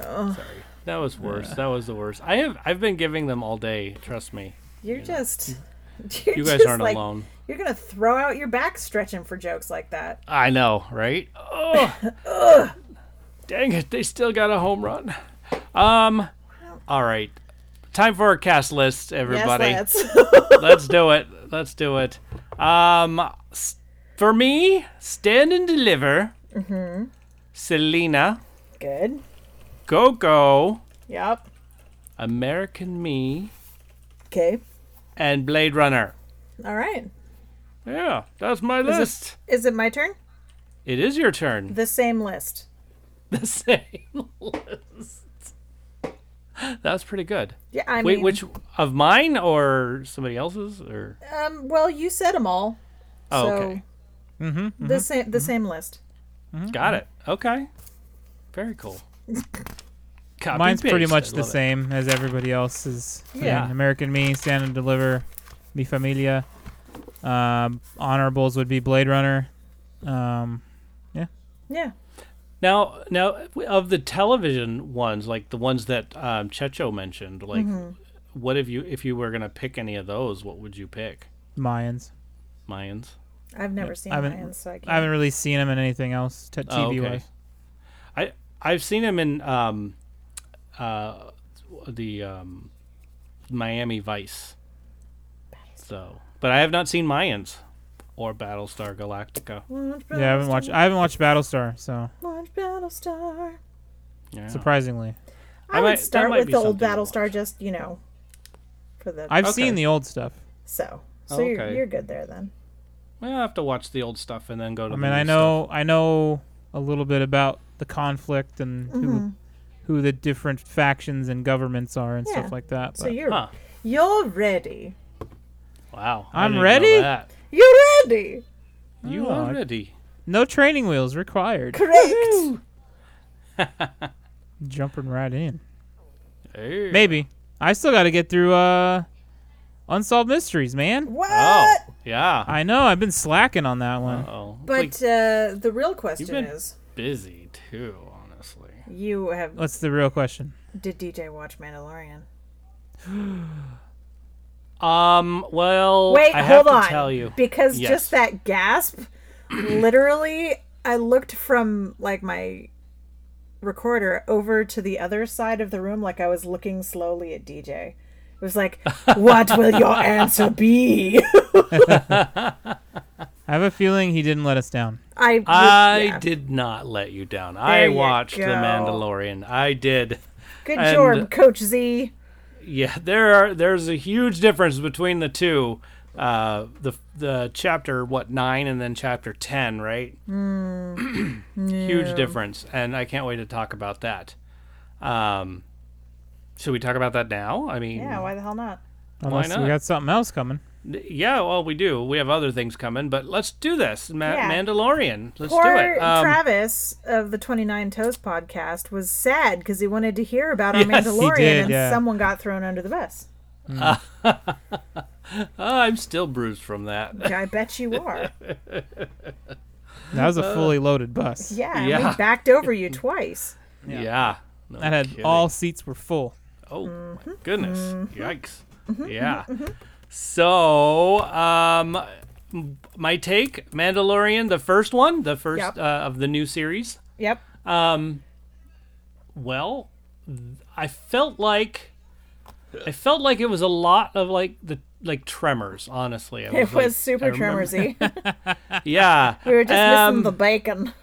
B: Sorry, that was worse. That was the worst. I have I've been giving them all day. Trust me,
C: You're just. You're
B: you guys
C: just
B: aren't
C: like,
B: alone.
C: You're gonna throw out your back stretching for jokes like that.
B: I know, right? Oh, dang it! They still got a home run. Um, all right, time for our cast list, everybody.
C: Yes, Lance.
B: Let's do it. Let's do it. Um, s- for me, stand and deliver. Mm-hmm. Selena,
C: Good.
B: Coco,
C: Yep.
B: American Me,
C: Okay.
B: and Blade Runner.
C: All right.
B: Yeah, that's my
C: it-
B: list.
C: Is it my turn?
B: It is your turn.
C: The same list.
B: The same list. That's pretty good.
C: Yeah, I
B: Wait,
C: mean,
B: which of mine or somebody else's or?
C: Um, well, you said them all.
B: Oh,
C: so
B: okay. Mm-hmm,
C: The same, the same list. Hmm?
B: Got it. Okay. Very cool. Copy
D: Mine's pretty
B: paste. I
D: much the
B: love it.
D: same as everybody else's. I mean,
B: Yeah.
D: American Me, Stand and Deliver, Mi Familia. Um, honorables would be Blade Runner. Um,
C: Yeah.
B: Now, now of the television ones, like the ones that um, Checho mentioned, like
C: Mm-hmm.
B: what if you if you were gonna pick any of those, what would you pick?
D: Mayans.
B: Mayans.
C: I've never seen
D: I haven't-
C: Lions, so I can't.
D: I haven't really seen them in anything else t- TV
B: Oh, okay.
D: wise.
B: I I've seen him in um, uh, the um, Miami Vice. So, but I have not seen Mayans or Battlestar Galactica.
C: Launch
D: Yeah, I haven't watched. I haven't watched Battlestar,
B: Oh.
D: so
C: Battlestar, Launch Battlestar.
B: Yeah.
D: surprisingly,
C: I,
B: I might-
C: would
B: that
C: start
B: might
C: with
B: be
C: the old
B: something to
C: Battlestar,
B: watch.
C: just you know, for the
D: I've
B: Okay.
D: seen the old stuff.
C: so. So
B: Oh,
C: you're,
B: okay.
C: you're good there then.
B: Well, I have to watch the old stuff and then go to.
D: I
B: the
D: mean, I
B: new
D: know, I know a little bit about the conflict and
C: Mm-hmm.
D: who, who the different factions and governments are and
C: Yeah.
D: stuff like that.
C: So
D: but-
C: you're
B: stuff.
C: you're ready.
B: Huh. Wow. I
D: I'm
B: didn't know
D: ready.
B: that.
C: You're ready.
B: You
D: Oh, I-
B: are ready.
D: no training wheels required.
C: Correct.
D: Jumping right in.
B: Hey.
D: Maybe I still got to get through uh, unsolved mysteries, man.
C: What?
B: Oh, yeah.
D: I know I've been slacking on that one.
B: Oh, it's,
C: but
B: like,
C: uh, the real question
B: been-
C: is,
B: busy too. Honestly,
C: you have
D: What's the real question?
C: did DJ watch Mandalorian?
B: um. Well,
C: Wait,
B: I have
C: hold on.
B: to tell you.
C: Because
B: Yes.
C: just that gasp, literally, I looked from like my recorder over to the other side of the room, like I was looking slowly at DJ. It was like, "What will your answer be?"
D: I have a feeling he didn't let us down.
C: I,
B: I
C: yeah.
B: did not let you down. I
C: you
B: watched The
C: go.
B: Mandalorian. I did.
C: Good
B: and-
C: job, Coach Z.
B: Yeah, there are there's a huge difference between the two. Uh, the the chapter what nine and then chapter ten, right?
C: Hmm.
B: huge difference, and I can't wait to talk about that. Um, should we talk about that now? I mean,
C: Yeah, why the hell not?
D: Unless
B: not?
D: we got something else coming.
B: yeah, well, we do. We have other things coming, but let's do this. Ma-
C: Yeah.
B: Mandalorian. Let's
C: Poor
B: do it. Um,
C: Travis of the Twenty Nine Toes podcast was sad because he wanted to hear about our
B: Yes, he
C: Mandalorian,
D: did,
C: and
D: yeah.
C: someone got thrown under the bus.
B: oh, I'm still bruised from that.
C: I bet you are.
D: That was a fully loaded bus.
C: Yeah, and
B: Yeah.
C: we backed over you twice.
B: Yeah. No
D: That had
B: kidding.
D: all seats were full.
B: Oh
C: Mm-hmm.
B: my goodness! Yikes! yeah. So, um, m- my take: Mandalorian, the first one, the first
C: Yep.
B: uh, of the new series.
C: Yep.
B: Well, th- I felt like I felt like it was a lot of like the like tremors. Honestly, I was
C: It
B: like-
C: was super
B: I remember-
C: tremorsy.
B: Yeah,
C: We were just
B: um,
C: missing the bacon.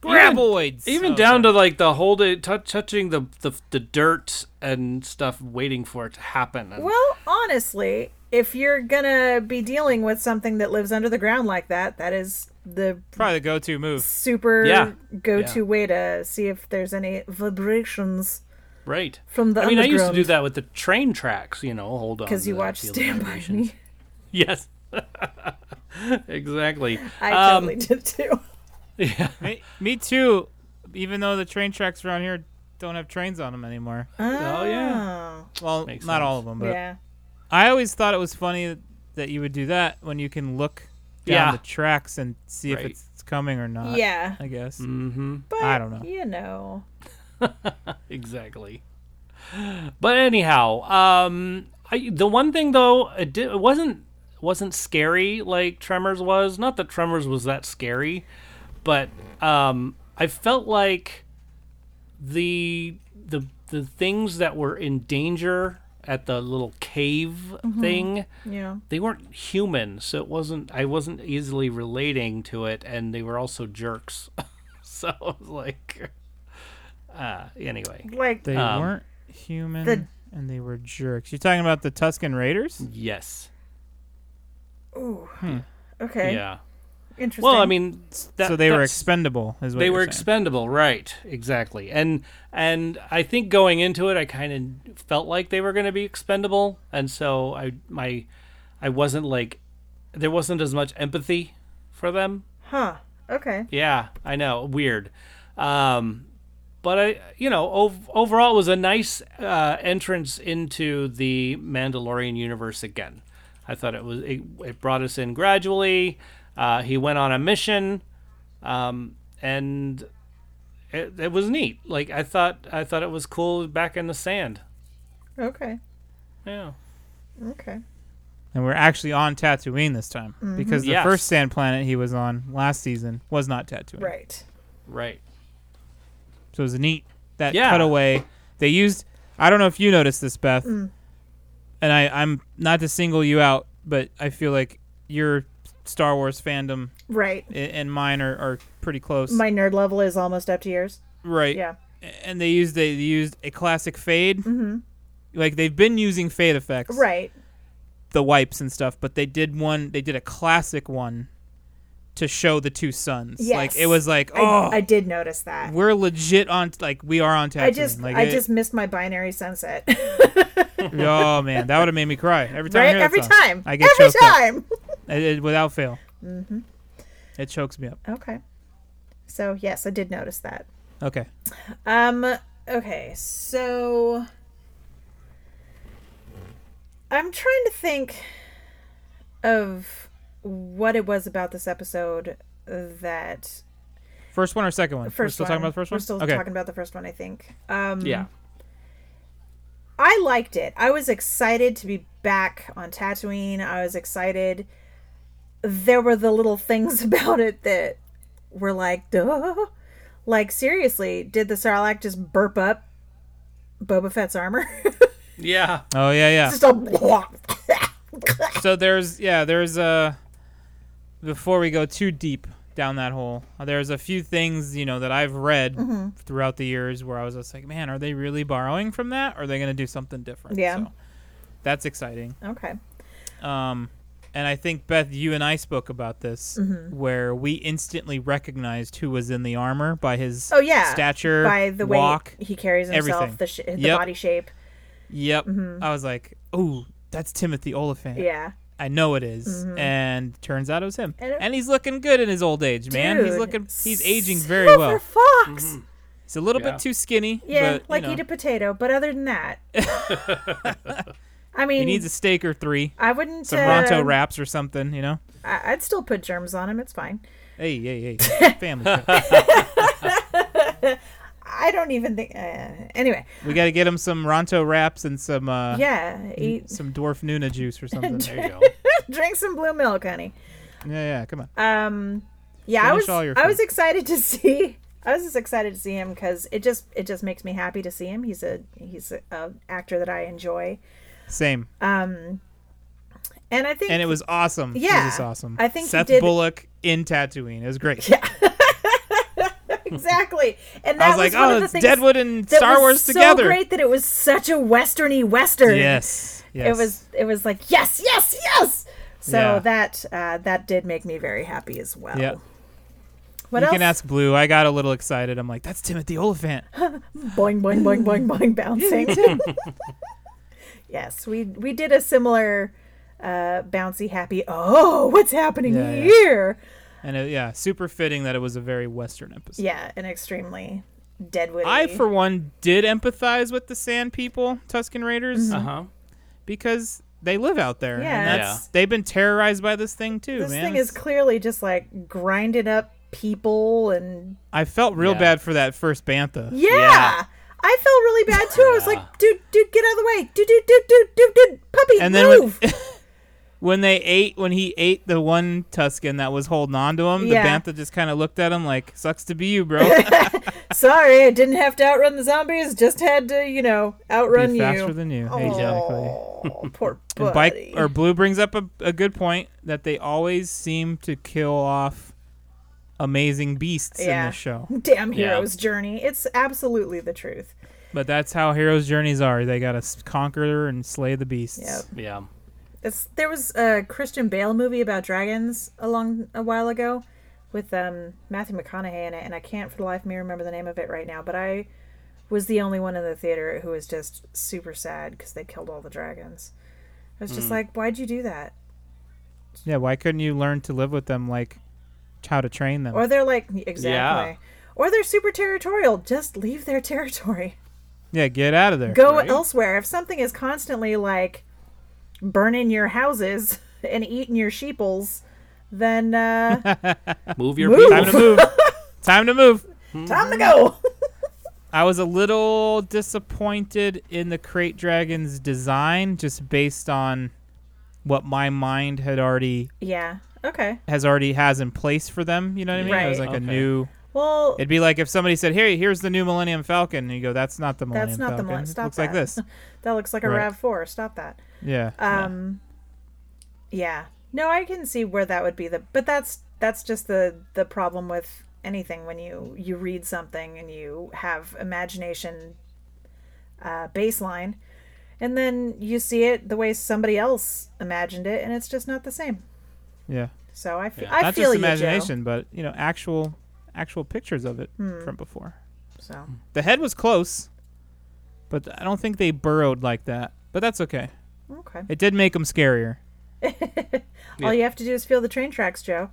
D: Graboids.
B: Even down to like the whole day, tou- touching the, the the dirt and stuff, waiting for it to happen. And-
C: Well, honestly, if you're gonna be dealing with something that lives under the ground like that, that is the
D: Probably the go-to move.
C: super
B: Yeah.
C: go-to
B: Yeah.
C: way to see if there's any vibrations
B: Right.
C: from the
B: I mean, I used to
C: underground.
B: do that with the train tracks, you know, hold on.
C: because you
B: to
C: watch
B: feel the
C: Stand By
B: vibrations.
C: Me.
B: Yes. exactly.
C: I
B: Um,
C: totally did too.
B: yeah.
D: Me, me too. Even though the train tracks around here don't have trains on them anymore.
B: Oh, yeah.
D: Well,
B: Makes
D: not all of
B: sense.
D: them,
C: Oh,
D: but
C: yeah.
D: I always thought it was funny that you would do that when you can look down
B: Yeah.
D: the tracks and see
B: Right.
D: if it's coming or not.
C: yeah.
D: I guess.
B: Mm-hmm.
C: But,
D: I don't know.
C: You know.
B: Exactly. But anyhow, um, I, the one thing though, it, di- it wasn't wasn't scary like Tremors was. Not that Tremors was that scary, but um, I felt like the the the things that were in danger at the little cave
C: Mm-hmm.
B: thing
C: Yeah.
B: they weren't human, so it wasn't. I wasn't easily relating to it, and they were also jerks. so I was like, uh, anyway,
C: Like
D: They
B: Um,
D: weren't human
C: the-
D: and they were jerks. You're talking about the Tuscan Raiders?
B: yes,
C: ooh. Okay.
B: yeah.
C: Interesting.
B: Well, I mean, that,
D: so they were
B: that's-
D: expendable, is what
B: they
D: you're
B: were
D: saying.
B: expendable, right? Exactly, and and I think going into it, I kind of felt like they were going to be expendable, and so I my I wasn't like there wasn't as much empathy for them
C: Huh. Okay.
B: Yeah, I know. Weird. Um, but I, you know, ov- overall it was a nice uh, entrance into the Mandalorian universe again. I thought it was it, it brought us in gradually. Uh, he went on a mission, um, and it, it was neat. Like I thought, I thought it was cool back in the sand.
C: Okay.
B: Yeah.
C: Okay.
D: and we're actually on Tatooine this time
C: Mm-hmm.
D: because the
B: Yes.
D: first sand planet he was on last season was not Tatooine.
C: Right.
B: Right.
D: So it was neat that
B: Yeah.
D: cutaway. They used. I don't know if you noticed this, Beth,
C: Mm.
D: and I, I'm not to single you out, but I feel like your Star Wars fandom
C: Right.
D: a- and mine are, are pretty close,
C: My nerd level is almost up to yours.
D: right?
C: Yeah.
D: A- And they used they used a classic fade. Mm-hmm. Like they've been using fade effects,
C: Right.
D: the wipes and stuff, but they did one. They did a classic one to show the two suns. Like
C: Yes.
D: it was like,
C: I,
D: oh,
C: I did notice that.
D: we're legit on. Like we are on Tatooine.
C: I just
D: like,
C: I
D: it-
C: just missed my binary sunset.
D: oh man, that would have made me cry every time. I
C: right?
D: hear that
C: Every
D: song,
C: time.
D: I get
C: Every
D: choked up.
C: time. Mm-hmm.
D: It- it- without fail. It chokes me up.
C: Okay. So yes, I did notice that.
D: Okay,
C: Um. Okay. So I'm trying to think of what it was about this episode that
D: first one or second one?
C: 1st
D: we're still talking about the first one.
C: We're still
D: okay,
C: talking about the first one, I think. Um,
B: Yeah.
C: I liked it. I was excited to be back on Tatooine. I was excited. There were the little things about it that were like, duh. Like, seriously, did the Sarlacc just burp up Boba Fett's armor?
B: Yeah.
D: oh yeah, yeah.
C: just a.
D: So there's yeah, there's uh before we go too deep down that hole, uh, there's a few things, you know, that I've read
C: Mm-hmm.
D: throughout the years where I was just like, man, are they really borrowing from that? Or are they going to do something different?
C: Yeah.
D: So, that's exciting.
C: okay.
D: Um and I think Beth, you and I spoke about this,
C: Mm-hmm.
D: where we instantly recognized who was in the armor by his
C: Oh, yeah.
D: stature,
C: By the way
D: walk.
C: he carries himself,
D: everything.
C: the, sh- the
D: Yep.
C: body shape.
D: Yep, I was like, "Ooh, that's Timothy Oliphant."
C: Mm-hmm. Yeah. Mm-hmm.
D: I know it is. and turns out it was him.
C: And
D: And,
C: it-
D: he's looking good in his old age, man. He's
C: Dude,
D: looking, he's aging
C: Silver
D: very well.
C: Fox.
D: He's a little
B: Yeah.
D: bit too skinny.
C: Yeah,
D: but,
C: like
D: you know,
C: eat a potato. But other than that, I
D: he
C: mean,
D: needs a steak or three,
C: I wouldn't.
D: some
C: uh,
D: Ronto wraps or something. You know,
C: I- I'd still put germs on him. It's fine.
D: hey, hey, hey, family. show.
C: I don't even think. Uh, anyway,
D: we got to get him some Ronto wraps and some uh,
C: yeah, eat,
D: some dwarf Nuna juice or something. yeah,
B: There you go.
C: drink some blue milk, honey.
D: yeah, come on.
C: Um, yeah, I
D: Finish
C: was.
D: all your
C: I was
D: food.
C: excited to see. I was just excited to see him because it just it just makes me happy to see him. He's a he's a, a actor that I enjoy,
D: Same.
C: uh, and I think
D: and it was awesome. it
C: yeah,
D: was just awesome.
C: I think he
D: Seth
C: did-
D: Bullock in Tatooine. It was great.
C: exactly. And that
D: I was like,
C: one of
D: oh,
C: the
D: it's
C: things
D: Deadwood and
C: that
D: Star
C: was
D: Wars
C: so
D: together.
C: Great that it was such a westerny western.
D: Yes, yes.
C: it was it was like yes yes yes so
D: Yeah.
C: that uh, that did make me very happy as well
D: Yeah.
C: What
D: you
C: else?
D: can ask Blue. I got a little excited. I'm like, that's Timothy Oliphant.
C: boing boing boing boing boing bouncing. yes, we we did a similar uh bouncy happy oh what's happening
D: Yeah, yeah.
C: here
D: And it, yeah, super fitting that it was a very Western episode.
C: yeah. an extremely deadwood
D: I, for one, did empathize with the Sand People, Tuscan Raiders,
B: Uh huh.
D: because they live out there.
C: Mm-hmm. Yeah,
D: And that's,
B: Yeah.
D: They've been terrorized by this thing, too,
C: this
D: man.
C: thing is
D: It's-
C: clearly just like grinding up people and
D: I felt real
B: Yeah.
D: bad for that first Bantha.
C: yeah,
B: Yeah.
C: i felt really bad too i was
B: Yeah.
C: like dude dude get out of the way dude dude dude dude dude dude puppy
D: And then when,
C: move
D: when they ate, when he ate the one Tuscan that was holding on to him,
C: Yeah.
D: the Bantha just kind of looked at him like, sucks to be you, bro.
C: sorry i didn't have to outrun the zombies just had to you know outrun
D: be faster
C: you
D: than you. Exactly.
C: oh, poor
D: And
C: buddy.
D: Bike or Blue brings up a, a good point that they always seem to kill off amazing beasts in
C: Yeah.
D: this show.
C: damn
B: Yeah.
C: hero's journey. It's absolutely the truth.
D: But that's how heroes' journeys are. They gotta s- conquer and slay the beasts.
C: Yep.
B: Yeah.
C: It's there was a Christian Bale movie about dragons a long a while ago with um Matthew McConaughey in it, and I can't for the life of me remember the name of it right now. But I was the only one in the theater who was just super sad because they killed all the dragons. I was just
D: Mm.
C: like, why'd you do that?
D: Yeah, why couldn't you learn to live with them like how to train them?
C: Or they're like exactly. Or they're super territorial. Just leave their territory.
D: yeah, get out of there.
C: go
B: Right.
C: elsewhere. If something is constantly like burning your houses and eating your sheeples, then uh,
B: Move your
C: Move.
D: Time to
B: people.
D: move. Time to move.
C: time to go.
D: I was a little disappointed in the crate dragon's design just based on what my mind had already
C: yeah. Okay.
D: has already has in place for them. You know what I mean? It was
C: Right.
D: like a
B: Okay.
D: new.
C: Well,
D: It'd be like if somebody said, "Here, here's the new Millennium Falcon," and you go, "That's not the Millennium
C: that's not the
D: Falcon.
C: one. Stop
D: it looks
C: that.
D: like this."
C: that looks like a
D: Right.
C: Rav Four. Stop that.
D: Yeah.
C: Um. Yeah. No, I can see where that would be the. But that's that's just the the problem with anything when you you read something and you have imagination uh, baseline, and then you see it the way somebody else imagined it, and it's just not the same.
D: yeah.
C: So I f-
B: Yeah.
C: I
D: not
C: feel
D: just
C: you, Joe.
D: imagination, but you know, actual actual pictures of it
C: Hmm.
D: from before.
C: So
D: The head was close, but I don't think they burrowed like that. But that's okay.
C: okay,
D: It did make them scarier.
C: all you have to do is feel the train tracks, Joe.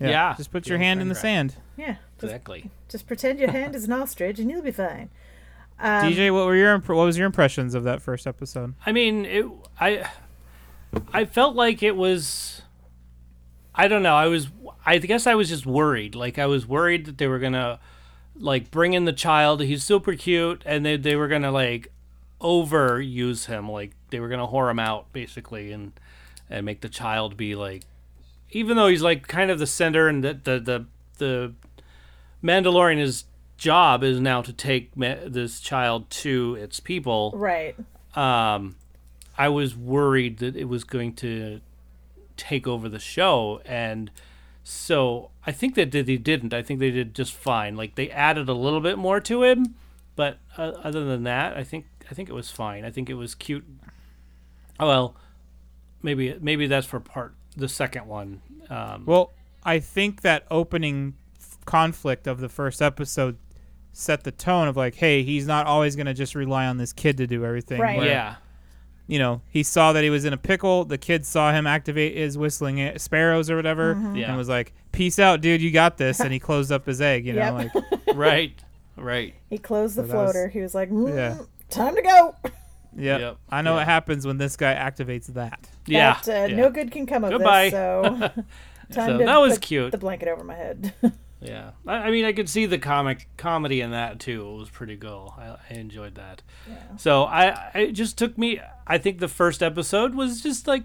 B: Yeah.
D: Just put
B: Feel
D: your
B: the
D: hand in
B: train
D: the
B: track.
D: sand.
C: Yeah, just,
B: Exactly.
C: just pretend your hand is an ostrich, and you'll be fine. Um,
D: DJ, what were your imp- what was your impressions of that first episode?
B: I mean, it. I. I felt like it was. I don't know. I was. I guess I was just worried. Like I was worried that they were gonna, like, bring in the child. He's super cute, and they they were gonna like, overuse him. Like they were gonna whore him out basically, and and make the child be like, even though he's like kind of the center, and that the the the Mandalorian's job is now to take ma- this child to its people
C: Right.
B: um, I was worried that it was going to take over the show, and so I think that they they didn't. I think they did just fine. Like they added a little bit more to him, but uh, other than that, I think I think it was fine. I think it was cute. Oh well, maybe maybe that's for part the second one. Um,
D: Well, I think that opening f- conflict of the first episode set the tone of like, hey, he's not always going to just rely on this kid to do everything.
C: Right.
D: where,
B: yeah,
D: You know, he saw that he was in a pickle. The kid saw him activate his whistling a- sparrows or whatever,
C: Mm-hmm.
B: Yeah.
D: and was like, "Peace out, dude. You got this." And he closed up his egg. You know,
C: Yep.
D: like
B: right, right.
C: He closed the
D: So that was-
C: floater. He was like, mm,
D: Yeah.
C: "Time to go."
D: yep.
B: Yep.
D: I know
B: Yeah.
D: what happens when this guy activates that.
B: Yeah,
C: But, uh,
B: yeah.
C: No good can come of
B: Goodbye.
C: this. So, time
B: So
C: to
B: that was
C: put
B: cute.
C: The blanket over my head.
B: Yeah, I, I mean, I could see the comic comedy in that too. It was pretty cool. I, I enjoyed that. So I, I it just took me. I think the first episode was just like,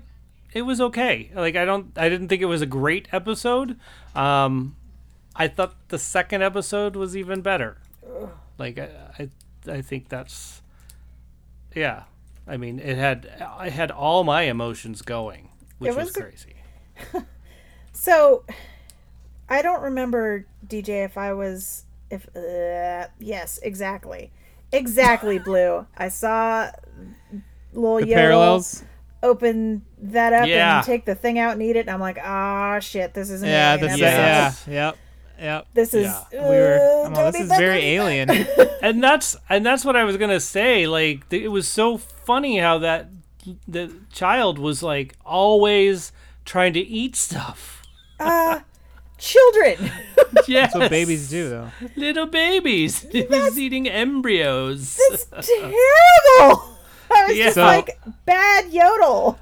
B: it was okay. Like I don't, I didn't think it was a great episode. Um, I thought the second episode was even better. Like I, I, I think that's, yeah. I mean, it had, I had all my emotions going, which
C: It
B: was,
C: was a-
B: crazy.
C: so, I don't remember DJ if I was if uh, yes exactly exactly blue. I saw little
D: The
C: yellow
D: parallels.
C: open that up
B: Yeah.
C: and take the thing out and eat it. And I'm like, ah shit, this isn't
D: Yeah.
C: really
D: That's
C: an
D: it.
B: Yeah.
C: episode."
D: yeah. Yep. Yep.
C: This is
B: Yeah.
D: We were.
C: uh,
D: Come
C: don't be
D: on, this is
C: back
D: very
C: in-
D: alien.
B: and that's and that's what I was gonna say. Like th- it was so funny how that the child was like always trying to eat stuff.
C: Uh, Children.
B: Yes,
D: That's what babies do, though.
B: Little babies. It was eating embryos.
C: It's terrible. I was
B: Yeah.
C: just
D: So-
C: like bad yodel.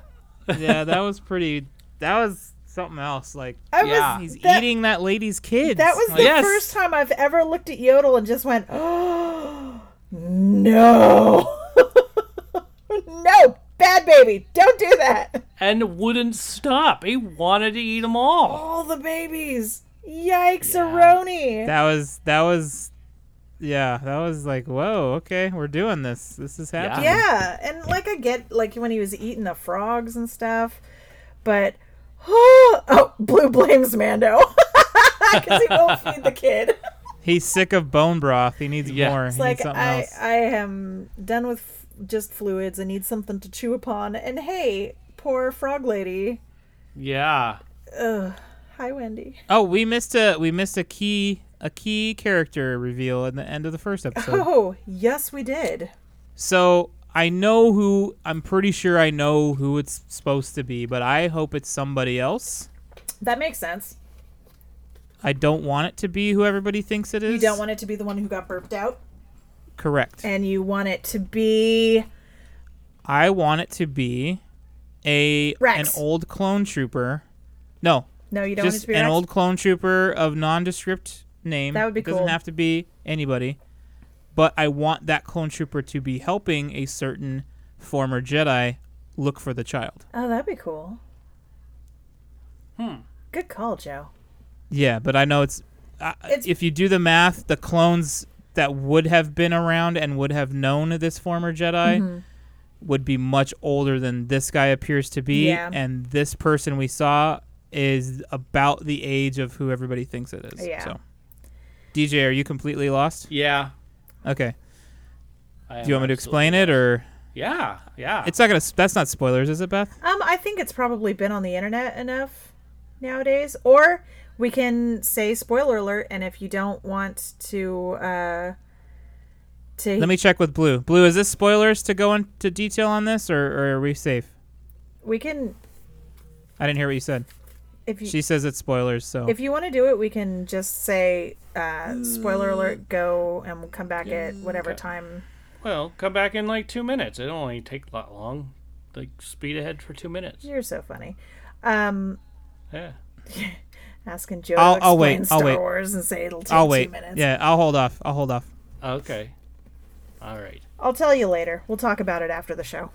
D: Yeah, that was pretty. That was something else. Like
C: I
B: Yeah.
C: was
D: he's
C: that,
D: eating that lady's kids.
C: That was
D: like,
C: the
B: Yes.
C: first time I've ever looked at yodel and just went, oh no, no, bad baby, don't do that.
B: and wouldn't stop. He wanted to eat them all.
C: All the babies. Yikes,
B: Yeah.
C: Aroni.
D: that was that was. Yeah, that was like, whoa, okay, we're doing this. This is happening.
C: Yeah, and like I get like when he was eating the frogs and stuff, but oh, Blue blames Mando because he won't feed the kid.
D: He's sick of bone broth. He needs
B: Yeah.
D: more.
B: It's
C: It's
D: He
C: like
D: needs something
C: I,
D: else.
C: I am done with f- just fluids. I need something to chew upon. And hey, poor frog lady.
B: Yeah.
C: Ugh. Hi, Wendy.
D: oh, we missed a we missed a key a key character reveal in the end of the first episode.
C: Oh, yes, we did.
D: So I know who. I'm pretty sure I know who it's supposed to be, but I hope it's somebody else.
C: That makes sense.
D: I don't want it to be who everybody thinks it is.
C: You don't want Eh. it to be the one who got burped out,
D: Correct.
C: and you want it to be
D: I want it to be a
C: Rex.
D: an old clone trooper. No,
C: no, you don't want it
D: just
C: to be
D: an
C: Rex.
D: old clone trooper of nondescript name.
C: That would be
D: it doesn't
C: cool.
D: have to be anybody. But I want that clone trooper to be helping a certain former Jedi look for the child.
C: Oh, that'd be cool. Hmm. Good call, Joe.
D: Yeah, but I know it's, uh,
C: It's-
D: if you do the math, the clones that would have been around and would have known this former Jedi
C: Mm-hmm.
D: would be much older than this guy appears to be,
C: Yeah.
D: and this person we saw is about the age of who everybody thinks it is.
C: Yeah.
D: So, DJ, are you completely lost?
B: Yeah.
D: Okay.
B: I
D: Do you want me to explain it, or
B: Yeah. Yeah.
D: it's not gonna? s- That's not spoilers, is it, Beth?
C: Um, I think it's probably been on the internet enough nowadays, or we can say spoiler alert. And if you don't want to, uh, to
D: Let me check with Blue. Blue, is this spoilers to go into detail on this, or, or are we safe?
C: we can
D: I didn't hear what you said.
C: if you
D: She says it's spoilers, so
C: if you want to do it, we can just say uh, spoiler alert. Go and we'll come back at whatever time.
B: well, come back in like two minutes. It don't only take that long. Like speed ahead for two minutes.
C: You're so funny. Um,
B: Yeah.
C: asking Joe
D: I'll-
C: to
D: I'll
C: explain
D: wait,
C: Star
D: I'll wait.
C: Wars and say it'll take
D: I'll wait.
C: two minutes.
D: Yeah, I'll hold off. I'll hold off.
B: Okay. All right.
C: I'll tell you later. We'll talk about it after the show.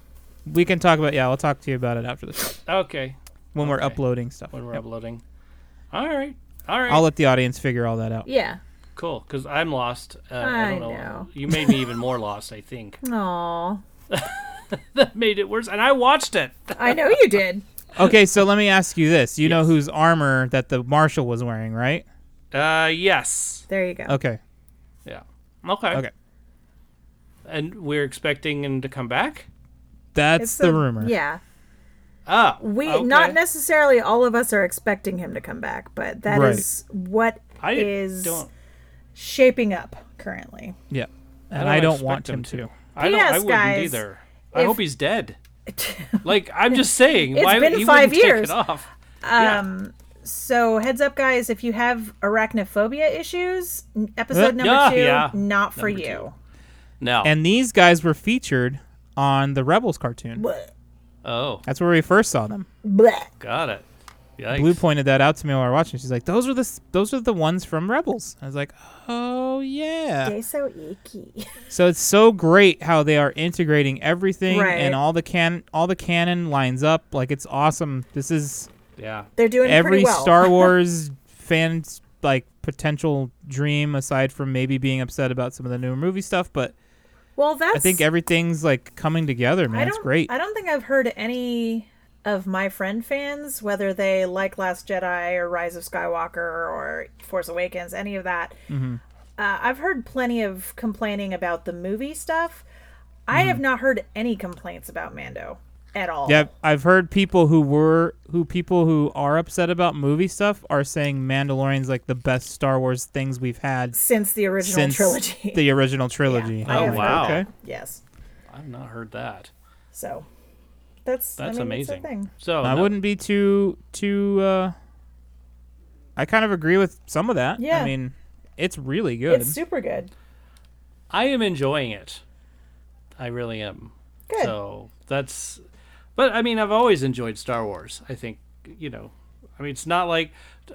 D: We can talk about. Yeah, I'll talk to you about it after the show
B: Okay.
D: when we're
B: Okay.
D: uploading stuff.
B: When we're
D: Yep.
B: uploading. All right. All right.
D: I'll let the audience figure all that out.
C: Yeah.
B: cool. Because I'm lost. Uh, I,
C: I
B: don't know.
C: know.
B: You made me even more lost. I think
C: Aw.
B: that made it worse. And I watched it.
C: I know you did.
D: Okay, so let me ask you this: You know whose armor that the marshal was wearing, right?
B: Uh, yes.
C: There you go.
D: Okay.
B: Yeah. Okay.
D: Okay.
B: And we're expecting him to come back.
D: That's
C: It's
D: the
C: a-
D: rumor.
C: Yeah.
B: Ah.
C: We
B: okay.
C: not necessarily all of us are expecting him to come back, but that
D: Right.
C: is what is
B: I don't.
C: shaping up currently.
D: Yeah. And I don't want him
B: expect
D: to.
B: I don't.
C: Yes,
B: I wouldn't
C: guys,
B: either. I
C: if-
B: hope he's dead. Like I'm just saying. why
C: been
B: he
C: five
B: wouldn't take
C: years.
B: it off?
C: um so heads up guys, if you have arachnophobia issues, n- episode number
B: Uh, yeah,
C: 2
B: yeah.
C: not for
B: Number
C: you.
B: No.
D: And these guys were featured on the Rebels cartoon.
C: Bleh,
B: oh,
D: That's where we first saw them.
C: bleh.
B: got it. Yikes.
D: Blue pointed that out to me while we were watching. She's like, "Those are the s- those are the ones from Rebels." I was like, "Oh yeah."
C: They so icky.
D: So it's so great how they are integrating everything
C: Right.
D: and all the can all the canon lines up. Like it's awesome. This is
B: Yeah.
C: They're doing
D: every
C: pretty well.
D: Star Wars fan's like potential dream aside from maybe being upset about some of the newer movie stuff, but
C: Well, that's
D: I think everything's like coming together, man.
C: I
D: It's
C: don't,
D: great.
C: I don't think I've heard any of my friend fans, whether they like Last Jedi or Rise of Skywalker or Force Awakens, any of that.
D: Mm-hmm.
C: Uh, I've heard plenty of
D: Mm-hmm.
C: complaining about the movie stuff. I have not heard any complaints about Mando. at all.
D: Yeah, I've heard people who were who people who are upset about movie stuff are saying Mandalorian's like the best Star Wars things we've had
C: Since the original
D: since
C: trilogy.
D: the original trilogy.
C: I
B: Oh,
C: have heard
B: wow.
C: that. Yes.
B: I've not heard that.
C: So that's I
B: That's
C: mean,
B: amazing.
C: That's a thing.
B: So
D: I
B: Oh, no-
D: wouldn't be too too. uh I kind of agree with some of that.
C: Yeah.
D: I mean, it's really good.
C: It's super good.
B: I am enjoying it. I really am.
C: Good.
B: So that's, but I mean, I've always enjoyed Star Wars. I think you know, I mean, it's not like,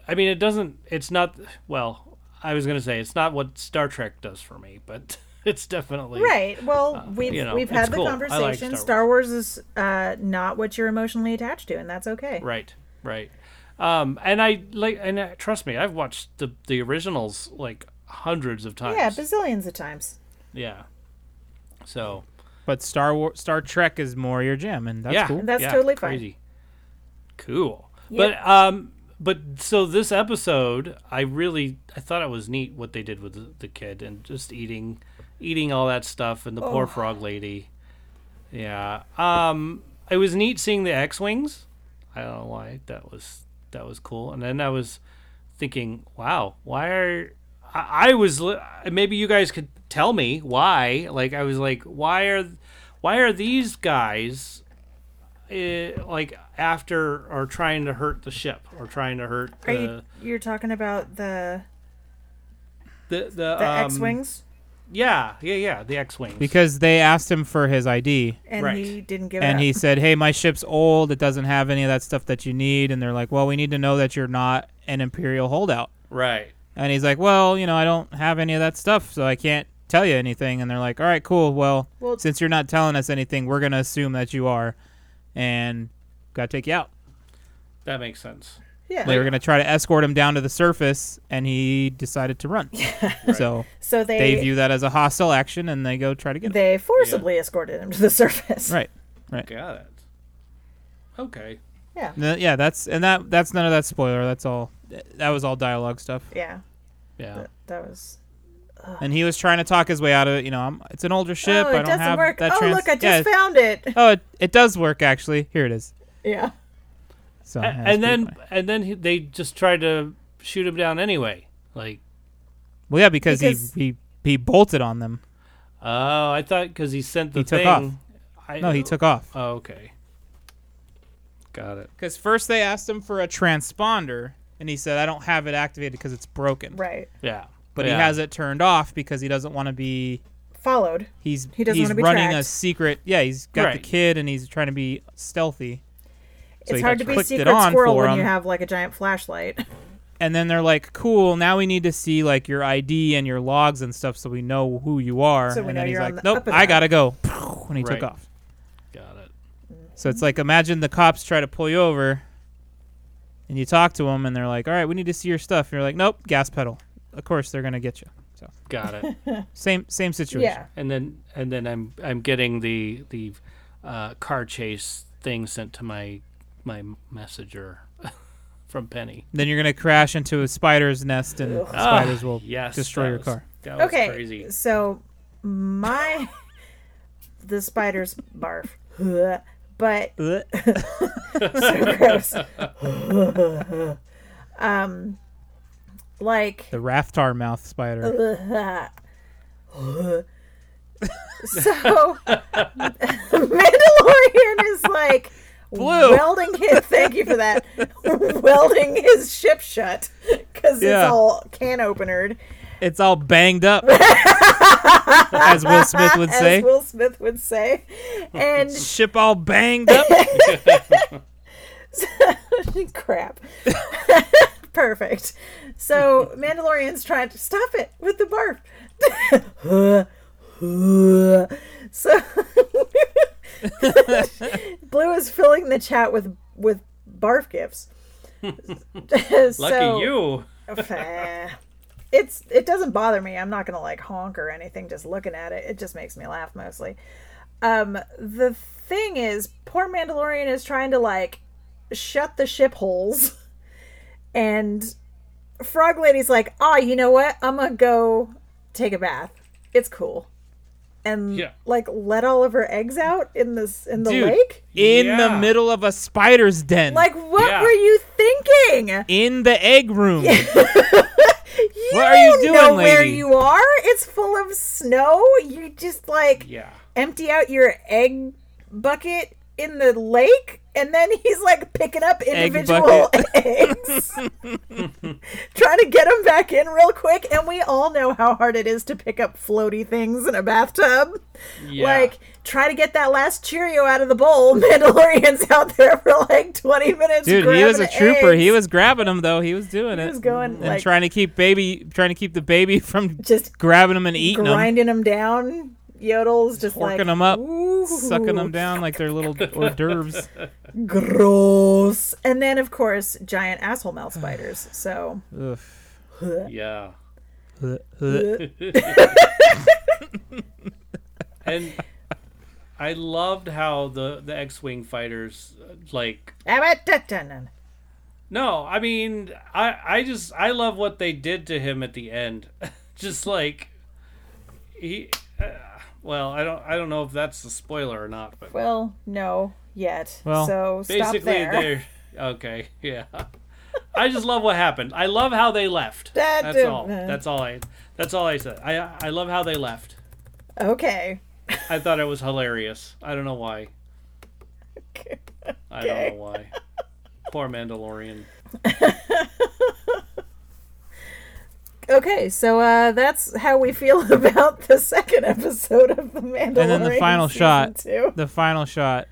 B: I mean, it doesn't. It's not. Well, I was gonna say it's not what Star Trek does for me, but it's definitely
C: Right. Well,
D: Uh,
C: we've
B: you know,
C: we've
B: it's
C: had the
B: cool. I like
C: conversation.
B: Star
C: Star Wars, is uh, not what you're emotionally attached to, and that's okay.
B: Right, right. Um, and I like, and uh, trust me, I've watched the the originals like hundreds of times.
C: Yeah, bazillions of times.
B: yeah. So
D: But Star War- Star Trek is more your jam, and that's
B: yeah,
D: cool.
C: That's totally fine.
B: crazy. Cool. But um, but so this episode, I really I thought it was neat what they did with the, the kid and just eating, eating all that stuff and the
C: Oh.
B: poor frog lady. Yeah. Um, it was neat seeing the X wings. I don't know why that was that was cool. And then I was thinking, wow, why are I, I was li- maybe you guys could tell me why? Like I was like, why are why are these guys eh, like after or trying to hurt the ship or trying to hurt the
C: Are
D: Uh,
C: you you're talking about the
B: the, the,
C: the
B: um,
C: X-wings,
B: Yeah, yeah, yeah, the X wings.
D: Because they asked him for his ID,
C: and
B: right.
C: he didn't give it
D: and
C: up.
D: he said, "Hey, my ship's old. It doesn't have any of that stuff that you need." And they're like, "Well, we need to know that you're not an Imperial holdout."
B: right.
D: And he's like, "Well, you know, I don't have any of that stuff, so I can't tell you anything." And they're like, "All right, cool. Well,
C: Well-
D: since you're not telling us anything, we're gonna assume that you are, and gotta take you out."
B: That makes sense.
C: yeah.
D: They were gonna try to escort him down to the surface, and he decided to run. So
C: so
D: they
C: they
D: view that as a hostile action, and they go try to get him.
C: they forcibly escorted him to the surface.
D: Right.
B: Got it. Okay.
C: Yeah.
D: No, yeah, that's and that that's none of that spoiler. That's all. That was all dialogue stuff.
C: Yeah.
B: Yeah.
C: That, that was.
D: And he was trying to talk his way out of it. You know, I'm, it's an older ship.
C: oh,
D: I
C: it
D: don't
C: doesn't
D: have
C: work.
D: that
C: oh,
D: trans-
C: look, I
D: yeah,
C: just found it.
D: Oh, it, it does work actually. Here it is.
C: Yeah.
D: So
B: A-
D: yeah, it's
B: and
D: pretty
B: then
D: funny.
B: and then he, they just tried to shoot him down anyway. Like,
D: well, yeah, because,
C: because-
D: he he he bolted on them.
B: oh, I thought because he sent the
D: He took
B: thing.
D: off.
B: I,
D: No, he took off.
B: Oh, okay. Got it.
D: Because first they asked him for a transponder, and he said, "I don't have it activated because it's broken."
C: Right.
B: Yeah.
D: But
B: yeah.
D: he has it turned off because he doesn't want to be.
C: Followed.
D: He's
C: He doesn't
D: he's
C: wanna be
D: running a
C: tracked.
D: secret. Yeah, he's got the
B: Right.
D: kid, and he's trying to be stealthy. So
C: it's
D: he
C: hard to be
D: clicked it
C: secret
D: on
C: squirrel
D: for
C: when you
D: him.
C: have like a giant flashlight.
D: and then they're like, "Cool, now we need to see like your ID and your logs and stuff, so we know who you are."
C: So we
D: and
C: know
D: then he's
C: you're on
D: like,
C: the
D: "Nope,
C: up and
D: I
C: up."
D: gotta go," and he
B: Right.
D: took off.
B: Got it.
D: So it's like, imagine the cops try to pull you over, and you talk to them, and they're like, "All right, we need to see your stuff." And you're like, "Nope, gas pedal." Of course, they're gonna get you. So
B: Got it.
D: same same situation.
C: yeah.
B: and then and then I'm I'm getting the the uh, car chase thing sent to my my messenger from Penny.
D: Then you're gonna crash into a spider's nest, and
C: Ah,
D: spiders will
B: Yes.
D: destroy
B: that
D: your
B: was-
D: car.
B: That was
C: Okay.
B: crazy.
C: So my the spiders barf. But so gross. um like
D: The raftar mouth spider.
C: so Mandalorian is like
D: Blue.
C: welding his thank you for that welding his ship shut because
D: Yeah.
C: it's all can openered
D: It's all banged up, as Will Smith would
C: as
D: say.
C: Will Smith would say and
D: Ship all banged up.
C: crap. Perfect. So Mandalorian's trying to stop it with the barf. so Blue is filling the chat with with barf gifts.
B: Lucky you.
C: it's it doesn't bother me. I'm not gonna like honk or anything. Just looking at it, it just makes me laugh mostly. Um, the thing is, poor Mandalorian is trying to like shut the ship holes, and Frog Lady's like, "Ah, you know what? I'm gonna go take a bath. It's cool." and
B: Yeah.
C: like let all of her eggs out in this in the
D: Dude,
C: lake?
D: in the
B: Yeah.
D: middle of a spider's den,
C: Like what
B: Yeah.
C: were you thinking?
D: in the egg room.
C: You
D: What are you
C: don't
D: doing,
C: know where
D: lady?
C: you are? It's full of snow. You just like
B: Yeah.
C: empty out your egg bucket in the lake and then he's like picking up individual eggs trying to get them back in real quick and we all know how hard it is to pick up floaty things in a bathtub
B: Yeah.
C: like try to get that last cheerio out of the bowl mandalorian's out there for like 20 minutes
D: Dude, he was a
C: grabbing
D: trooper. He
C: eggs.
D: was grabbing them though. He was doing it.
C: was going,
D: and
C: like-
D: trying to keep baby, trying to keep the baby from
C: just
D: grabbing them and eating them,
C: grinding them down yodels just
D: forking
C: like
D: them up,
C: "Ooh."
D: sucking them down like they're little hors d'oeuvres.
C: Gross. And then, of course, giant asshole mouth spiders. So,
D: Ugh.
B: yeah.
C: bleh.
B: And I loved how the the X-wing fighters uh, like
C: Abatatanan.
B: No, I mean, I I just I love what they did to him at the end. just like he uh, well, I don't I don't know if that's a spoiler or not, but
C: well, no, yet.
D: Well,
C: so stop
B: basically
C: there.
B: they're okay, yeah. I just love what happened. I love how they left.
C: That-
B: That's all. That's all I That's all I said. I I love how they left.
C: Okay.
B: I thought it was hilarious. I don't know why. I
C: Okay.
B: don't know why. Poor Mandalorian.
C: Okay, so uh, that's how we feel about the second episode of The Mandalorian.
D: then the final
C: season
D: shot.
C: two.
D: The final shot.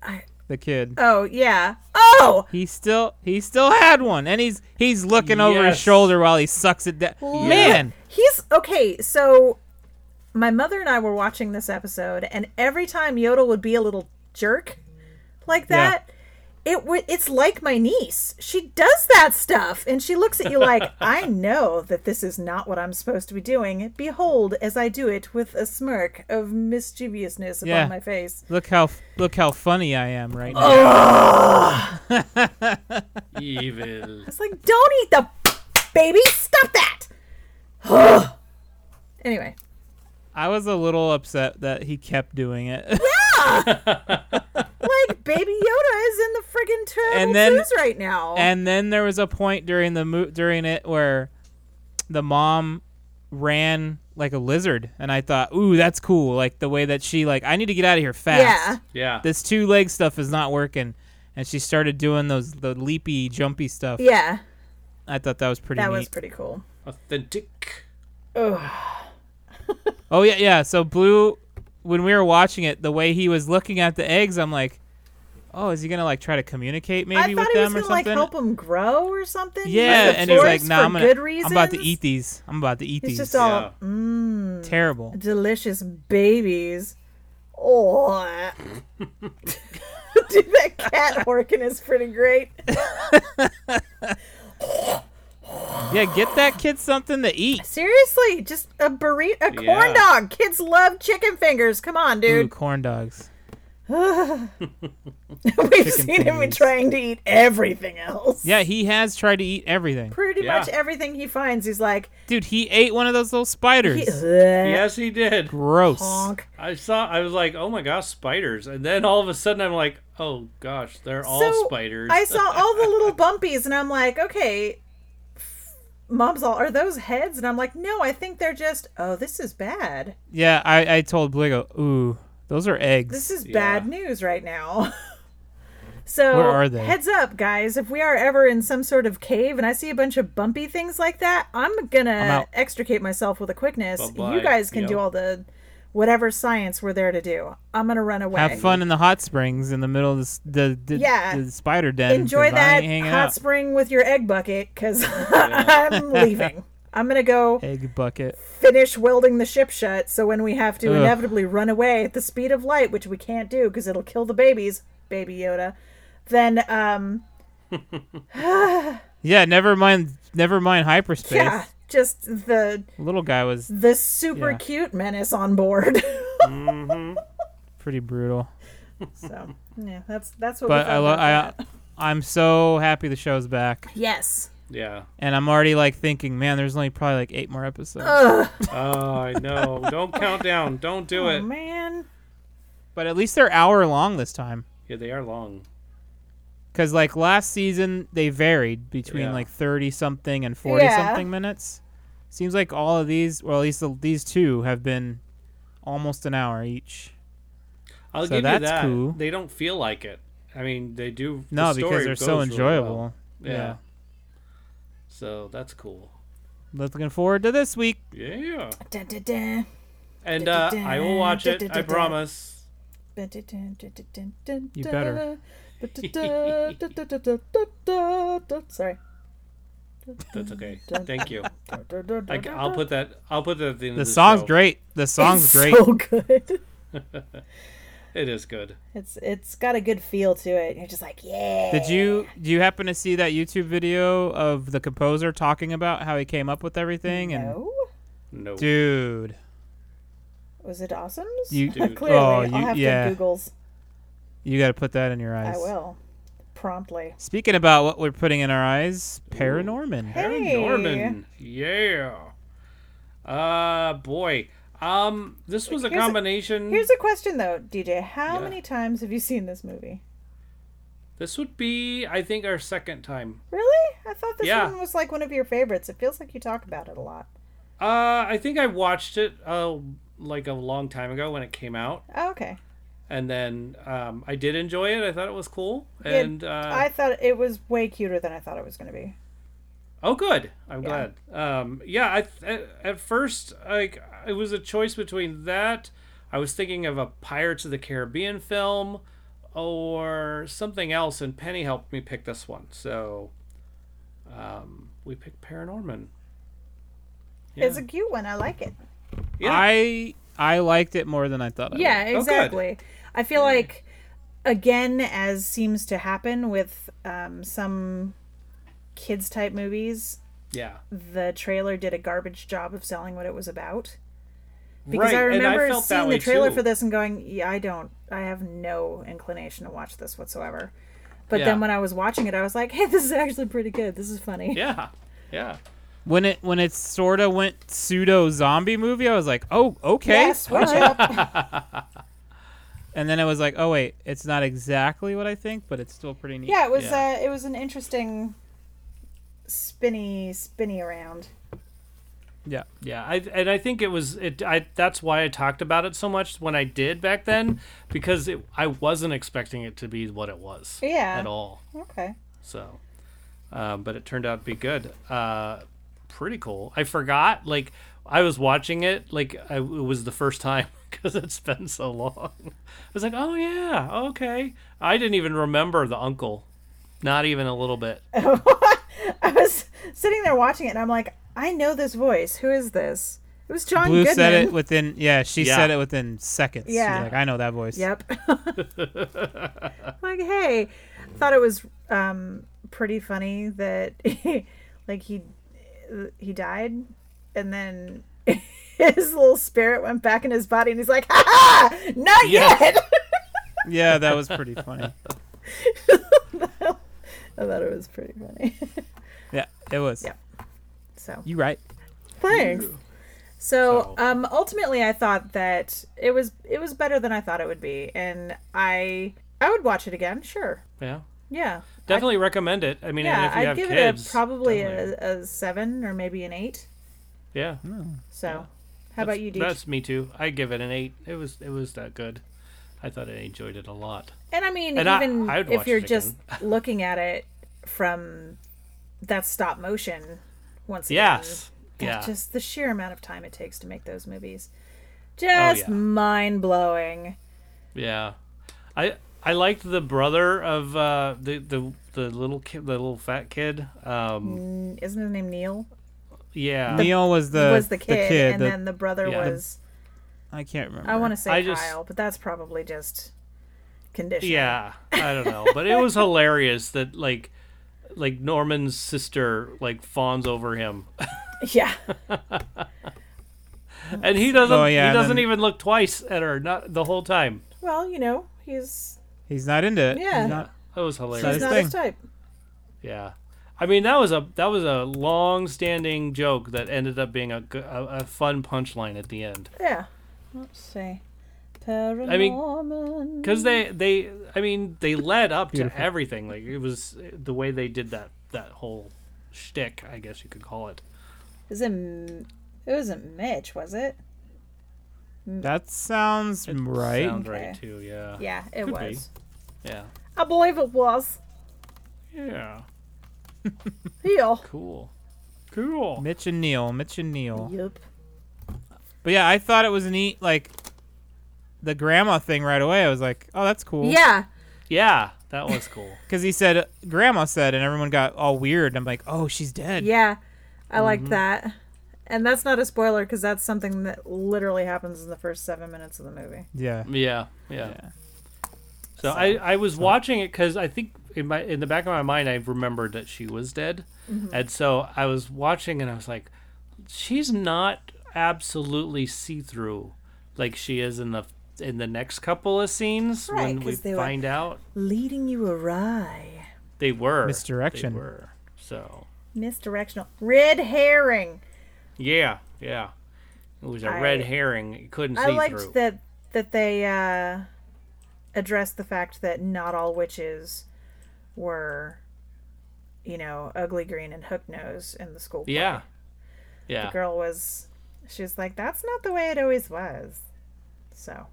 C: I-
D: The kid.
C: Oh, yeah. Oh!
D: He still he still had one, and he's he's looking over his
B: Yes.
D: shoulder while he sucks it down. Man,
C: He's okay. So my mother and I were watching this episode, and every time Yodel would be a little jerk like
D: Yeah.
C: that, it would. It's like my niece. She does that stuff, and she looks at you like, "I know that this is not what I'm supposed to be doing. Behold, as I do it with a smirk of mischievousness upon
D: Yeah.
C: my face."
D: look how f- look how funny I am right
C: Oh.
D: now.
B: Evil.
C: It's like, "Don't eat the baby. Stop that." anyway,
D: I was a little upset that he kept doing it.
C: like Baby Yoda is in the friggin' terrible
D: And then-
C: twos right now.
D: and then there was a point during the mo- during it where the mom ran like a lizard, and I thought, ooh, that's cool. Like the way that she like, I need to get out of here fast.
C: yeah.
B: Yeah.
D: This two leg stuff is not working, and she started doing those the leapy, jumpy stuff.
C: Yeah,
D: I thought that was pretty.
C: that
D: neat.
C: was pretty cool.
B: Authentic.
D: Oh yeah, yeah. So Blue, when we were watching it, the way he was looking at the eggs, I'm like, oh, is he gonna like try to communicate
C: I
D: maybe
C: thought
D: with
C: he was
D: them
C: gonna
D: or
C: like
D: something?
C: help him grow or something. Use
D: yeah,
C: the
D: and he's like,
C: force
D: nah,
C: for
D: I'm gonna,
C: good
D: I'm about to
C: reasons."
D: eat these. I'm about to eat
C: It's
D: these.
C: just all
B: Yeah.
D: Terrible.
C: delicious babies. Oh, dude, that cat horking is pretty great.
D: Yeah, get that kid something to eat.
C: Seriously, just a burrito, a corn
B: Yeah.
C: dog. Kids love chicken fingers. Come on,
D: Ooh,
C: dude.
D: corn dogs.
C: We've seen him
D: fingers.
C: trying to eat everything else.
D: Yeah, he has tried to eat everything.
C: pretty
B: Yeah.
C: much everything he finds, he's like,
D: Dude, he ate one of those little spiders.
C: yeah,
B: Yes, he did.
D: Gross.
C: honk.
B: I saw. I was like, "Oh my gosh, spiders!" And then all of a sudden, I'm like, "Oh gosh, they're all spiders."
C: I saw all the little bumpies, and I'm like, okay, f- mom's all, are those heads? And I'm like, no, I think they're just, oh, this is bad.
D: Yeah, I, I told Blue, I go, ooh, those are eggs.
C: This is
B: Yeah.
C: bad news right now. so,
D: Where are they?
C: heads up, guys. If we are ever in some sort of cave and I see a bunch of bumpy things like that, I'm gonna
D: out.
C: extricate myself with a quickness.
B: Bye-bye.
C: You guys can
B: Yep.
C: do all the whatever science we're there to do. I'm gonna run away.
D: Have fun in the hot springs in the middle of the s- the, the,
C: Yeah.
D: the spider den. 'cause
C: enjoy
D: I
C: that
D: ain't hanging
C: hot
D: out.
C: spring with your egg bucket because I'm leaving. I'm gonna go
D: Egg bucket.
C: finish welding the ship shut so when we have to
D: Ugh.
C: inevitably run away at the speed of light, which we can't do because it'll kill the babies, baby Yoda, then um
D: Yeah, never mind. Never mind hyperspace.
C: yeah, just the
D: Little guy was
C: the super
D: Yeah.
C: cute menace on board.
D: pretty brutal,
C: so yeah, that's that's what we
D: but
C: thought
D: I, lo-
C: about
D: I
C: that.
D: I'm so happy the show's back.
C: Yes.
B: Yeah.
D: and I'm already like thinking, man, there's only probably like eight more episodes.
C: Ugh.
B: Oh, I know. Don't count down. Don't do
C: Oh,
B: it.
C: man.
D: But at least they're hour long this time,
B: Yeah, they are long.
D: because like last season they varied between
B: Yeah.
D: like thirty something and forty
C: Yeah.
D: something minutes. Seems like all of these, well, at least the, these two have been almost an hour each.
B: I'll
D: So
B: give
D: that's
B: you that.
D: cool.
B: They don't feel like it. I mean, they do. the
D: No, because
B: story
D: they're so
B: goes really well.
D: enjoyable.
B: Yeah.
D: yeah.
B: So that's cool.
D: Looking forward to this week.
B: Yeah.
C: Dun, dun, dun.
B: And uh, I will watch it. I promise.
C: Dun, dun, dun, dun, dun, dun, dun,
D: You better.
C: dun, dun, dun, dun, dun, dun, dun, dun, dun, dun. Sorry.
B: That's okay. Thank you.
C: Dun, dun, dun,
B: I,
C: dun, dun,
B: will put that. I'll put that at the end
D: The
B: of the
D: song's
B: show.
D: great. The song's
C: It's
D: great.
C: so good.
B: It is good.
C: It's it's got a good feel to it. You're just like, yeah.
D: Did you do you happen to see that YouTube video of the composer talking about how he came up with everything? And
C: No.
B: No.
D: dude,
C: Was it awesome?
D: You-
B: Dude.
C: Clearly,
D: Oh, you-
C: I'll have
D: yeah.
C: to Google's.
D: you got to put that in your eyes.
C: I will promptly.
D: Speaking about what we're putting in our eyes, Paranorman.
B: Aaron
C: Hey.
B: Norman. Yeah. Uh boy. Um this was a
C: Here's a-
D: Mm.
B: combination
C: Here's a question though, DJ. How
B: Yeah.
C: many times have you seen this movie?
B: this would be I think our second time.
C: Really? I thought this
B: Yeah.
C: one was like one of your favorites. It feels like you talk about it a lot.
B: Uh I think I watched it uh like a long time ago when it came out
C: Oh, okay.
B: and then um I did enjoy it. I thought it was cool.
C: Yeah,
B: And uh
C: I thought it was way cuter than I thought it was going to be.
B: Oh, good. I'm glad. Um, yeah, I th- at, at first like it was a choice between that. I was thinking of a Pirates of the Caribbean film or something else, and Penny helped me pick this one. So um, we picked Paranorman. Yeah.
C: It's a cute one. I like it.
B: Yeah.
D: I I liked it more than I thought. I
C: Yeah,
B: Oh, good.
C: exactly. I feel like again as seems to happen with um, some kids type movies,
B: yeah.
C: the trailer did a garbage job of selling what it was about. Because I
B: Right, and I
C: remember
B: felt that
C: seeing the
B: way,
C: trailer
B: too.
C: for this and going, yeah, I don't, I have no inclination to watch this whatsoever. But
B: Yeah.
C: then when I was watching it, I was like, hey, this is actually pretty good. This is funny.
B: Yeah. Yeah.
D: When it when it sort of went pseudo zombie movie, I was like, oh okay.
C: Yeah, switch up.
D: And then it was like, oh wait, it's not exactly what I think, but it's still pretty neat.
C: Yeah, it was.
B: Yeah.
C: Uh, it was an interesting spinny, spinny around.
D: Yeah.
B: Yeah, I, and I think it was it. I that's why I talked about it so much when I did back then because it, I wasn't expecting it to be what it was.
C: Yeah.
B: at all.
C: Okay.
B: So, um, but it turned out to be good. Uh, pretty cool. I forgot. Like I was watching it. Like I, it was the first time because it's been so long. I was like, oh yeah, okay. I didn't even remember the uncle. Not even a little bit.
C: I was sitting there watching it, and I'm like, I know this voice. Who is this? It was John
D: Blue
C: Goodman.
D: said it within yeah, she
B: Yeah.
D: said it within seconds. She's
C: Yeah.
D: like, I know that voice.
C: Yep. like, hey, thought it was um, pretty funny that like he he died, and then his little spirit went back in his body, and he's like, ha ha, not
B: Yeah.
C: yet.
D: Yeah, that was pretty funny.
C: I thought it was pretty funny.
D: Yeah, it was.
C: Yeah. so
D: You right.
C: thanks. So,
B: So-
C: um, ultimately, I thought that it was it was better than I thought it would be, and I I would watch it again. Sure,
B: Yeah,
C: yeah,
B: definitely recommend it. I mean, and
C: yeah.
B: if you
C: I'd
B: have
C: give
B: kids,
C: it a probably
B: definitely.
C: a, a seven or maybe an eight.
B: yeah.
C: So, how about you, Deej?
B: That's me too. I give it an eight. It was it was that good. I thought I enjoyed it a lot.
C: And I mean,
B: And I-
C: even
B: I would
C: if
B: watch
C: you're
B: it
C: just looking at it from that stop motion, once again,
B: Yes.
C: that's
B: Yeah.
C: just the sheer amount of time it takes to make those movies, just
B: Oh, yeah.
C: mind blowing.
B: Yeah, I I liked the brother of uh, the the the little kid, the little fat kid. Um,
C: Isn't his name Neil?
B: yeah,
D: Neil was the
C: was the kid, and
D: the-
C: then the brother
B: yeah.
C: was.
D: I can't remember.
C: I want to say
B: I
C: Kyle,
B: just-
C: but that's probably just condition.
B: yeah. I don't know, but it was hilarious that like like Norman's sister like fawns over him,
C: Yeah.
B: and he doesn't
D: Oh, yeah,
B: he
D: and
B: doesn't
D: then-
B: even look twice at her not the whole time.
C: Well, you know, he's
D: He's not into it.
C: Yeah.
D: He's not-
B: That was
D: That
B: hilarious.
D: is
C: he's not
D: thing.
C: his type.
B: Yeah. I mean, that was a that was a long-standing joke that ended up being a g- a, a fun punchline at the end.
C: Yeah. Let's see. Paranorman.
B: because they they i mean they led up
D: Beautiful.
B: to everything like it was the way they did that that whole shtick i guess you could call it
C: Is it? M- It wasn't Mitch, was it?
D: That sounds right.
B: sounds
C: Okay.
B: right too yeah
C: Yeah, it
B: Could be.
C: was.
B: yeah
C: I believe it was.
B: yeah
C: Yeah.
B: cool cool
D: Mitch and Neil. Mitch and Neil.
C: Yep.
D: But yeah, I thought it was neat. Like the grandma thing right away. I was like, oh, that's cool.
C: Yeah.
B: yeah that was cool
D: Because he said, grandma said, and everyone got all weird. I'm like, oh, she's dead.
C: Yeah. I liked that. And that's not a spoiler because that's something that literally happens in the first seven minutes of the movie.
D: Yeah.
B: yeah yeah, So, I, I was watching it because I think in my in the back of my mind I remembered that she was dead,
C: Mm-hmm.
B: and so I was watching and I was like, she's not absolutely see through, like she is in the in the next couple of scenes
C: Right,
B: when we
C: 'cause they were-
B: find out
C: Leading you awry.
B: they were
D: Misdirection.
B: They were so
C: Misdirectional. Red herring.
B: yeah yeah, it was a
C: I-
B: red herring. You couldn't see
C: I liked
B: through.
C: that that they uh, addressed the fact that not all witches were, you know, ugly green and hook nose in the school. play.
B: yeah, yeah.
C: The girl was. She was like, "That's not the way it always was." So,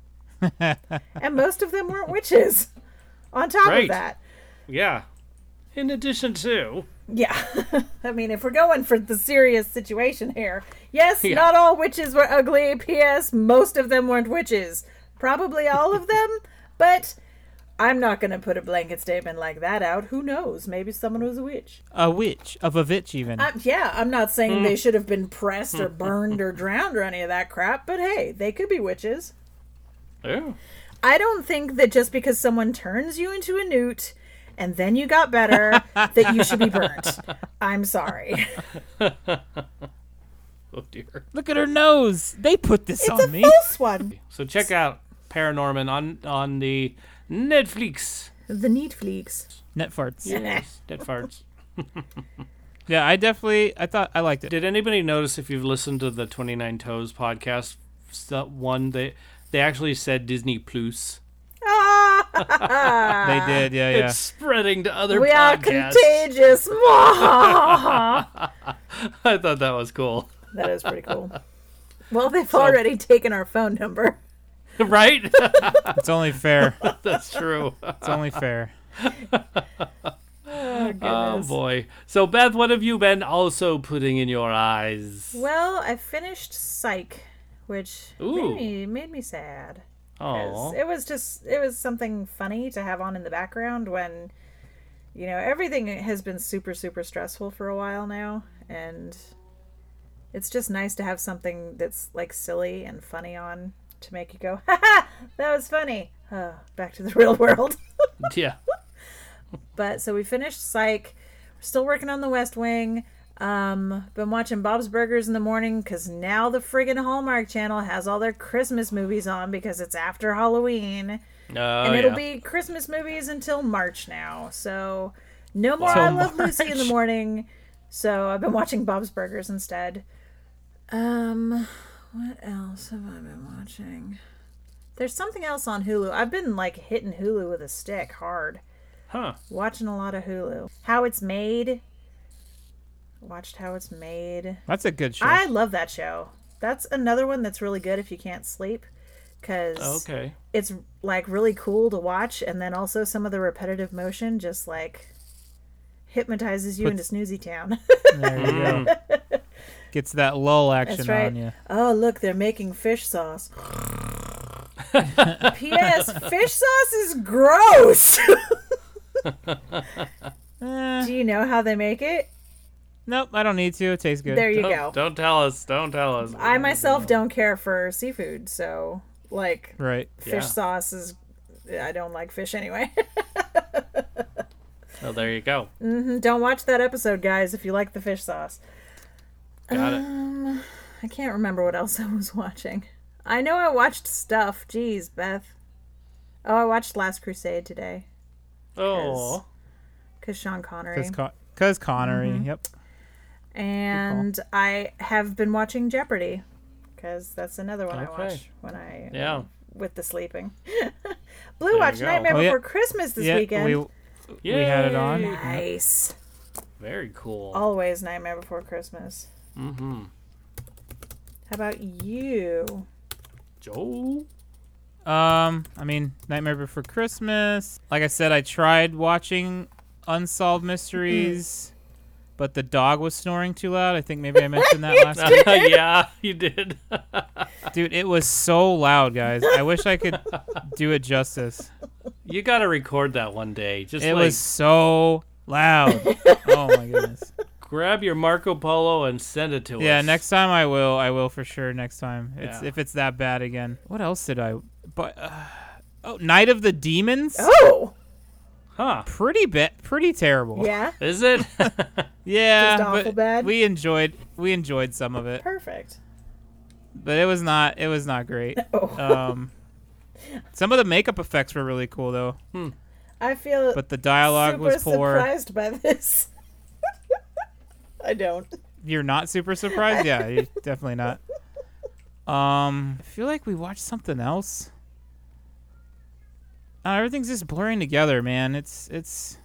C: and most of them weren't witches. On top of
B: Right.
C: that,
B: Yeah. In addition to,
C: yeah. I mean, if we're going for the serious situation here, yes,
B: Yeah.
C: not all witches were ugly. P.S. Most of them weren't witches. Probably all of them, but I'm not going to put a blanket statement like that out. Who knows? Maybe someone was a witch.
D: A witch. Of a witch, even.
C: Um, yeah, I'm not saying they should have been pressed or burned or drowned or any of that crap, but hey, they could be witches.
B: yeah.
C: I don't think that just because someone turns you into a newt and then you got better, that you should be burnt. I'm sorry.
B: Oh dear.
D: Look at her nose. They put this on
C: It's a
D: me.
C: false one.
B: So check out Paranorman on on the Netflix.
C: The neat fleeks.
D: Net farts. Yeah.
B: Yes, dead farts.
D: I definitely. I thought I liked it.
B: Did anybody notice if you've listened to the Twenty Nine Toes podcast that one they they actually said Disney Plus.
C: Ah,
D: they did. Yeah, yeah.
B: It's spreading to other
C: we are
B: podcasts.
C: contagious. that
B: I thought that was cool.
C: is pretty cool. Well, they've already taken our phone number.
B: right?
D: It's only fair.
B: That's true.
D: It's only fair.
C: Oh,
B: Oh
C: goodness.
B: boy. So Beth, what have you been also putting in your eyes?
C: well, I finished Psych, which
B: Ooh.
C: made me, made me sad.
B: Oh.
C: 'Cause It was just it was something funny to have on in the background when you know everything has been super super stressful for a while now and it's just nice to have something that's like silly and funny on to make you go ha ha that was funny oh, back to the real world
B: Yeah.
C: but so we finished psych we're still working on the west wing um been watching bob's burgers in the morning because now the friggin hallmark channel has all their christmas movies on because it's after halloween
B: No.
C: and it'll
B: Oh, yeah.
C: be Christmas movies until March now. So no more
D: Till
C: I Love Lucy in the
D: March.
C: morning. So I've been watching Bob's Burgers instead. Um, what else have I been watching? There's something else on Hulu. I've been like hitting Hulu with a stick hard.
B: Huh.
C: Watching a lot of Hulu. How it's made. Watched How It's Made.
D: That's a good show.
C: I love that show. That's another one that's really good if you can't sleep. Because
B: Oh, Okay.
C: it's like really cool to watch and then also some of the repetitive motion just like hypnotizes you into snoozy town
D: There you go. Gets that lull action
C: that's right
D: on you.
C: oh look they're making fish sauce ps fish sauce is gross
D: Eh,
C: do you know how they make it
D: nope, I don't need to. It tastes good.
C: there you
B: Don't,
C: go
B: don't tell us. Don't tell us.
C: i myself don't care for seafood so like
D: Right.
C: fish
B: Yeah.
C: sauce is i don't like fish anyway
B: Oh, there you go.
C: don't watch that episode guys if you like the fish sauce
B: Got it.
C: Uh, I can't remember what else I was watching. I know I watched stuff. Jeez, Beth. Oh, I watched Last Crusade today
B: Oh,
C: because Sean Connery.
D: Because Cause Connery.
C: Mm-hmm.
D: Yep.
C: And I have been watching Jeopardy because that's another one I
B: Okay.
C: watch when I
B: Yeah.
C: with the sleeping. Blue Watch
B: go.
C: Nightmare
D: Oh, yeah.
C: Before Christmas this
D: yeah.
C: weekend.
D: We we had it on.
B: Yay.
D: Yep.
C: Nice.
B: Very cool.
C: Always Nightmare Before Christmas.
B: Mm-hmm.
C: How about you?
B: Joel.
D: Um, I mean, Nightmare Before Christmas. Like I said, I tried watching Unsolved Mysteries,
C: Mm-hmm.
D: but the dog was snoring too loud. I think maybe I mentioned that last week.
B: yeah, you did.
D: Dude, it was so loud, guys. I wish I could do it justice.
B: you got to record that one day. Just
D: It
B: like
D: was so loud. Oh my goodness.
B: grab your Marco Polo and send it to us.
D: Yeah, next time I will. I will for sure next time. It's
B: Yeah.
D: if it's that bad again. What else did I but uh, Oh, Night of the Demons?
C: Oh,
B: Huh?
D: Pretty bit pretty terrible.
C: yeah,
B: Is it?
D: Yeah,
C: Just awful
D: but
C: bad.
D: we enjoyed we enjoyed some of it,
C: perfect.
D: but it was not it was not great.
C: Oh,
D: Um, some of the makeup effects were really cool though,
C: I feel
D: but the dialogue
C: super
D: was poor.
C: surprised by this. I don't.
D: You're not super surprised, yeah, you're definitely not. Um, I feel like we watched something else. Uh, everything's just blurring together, man. It's it's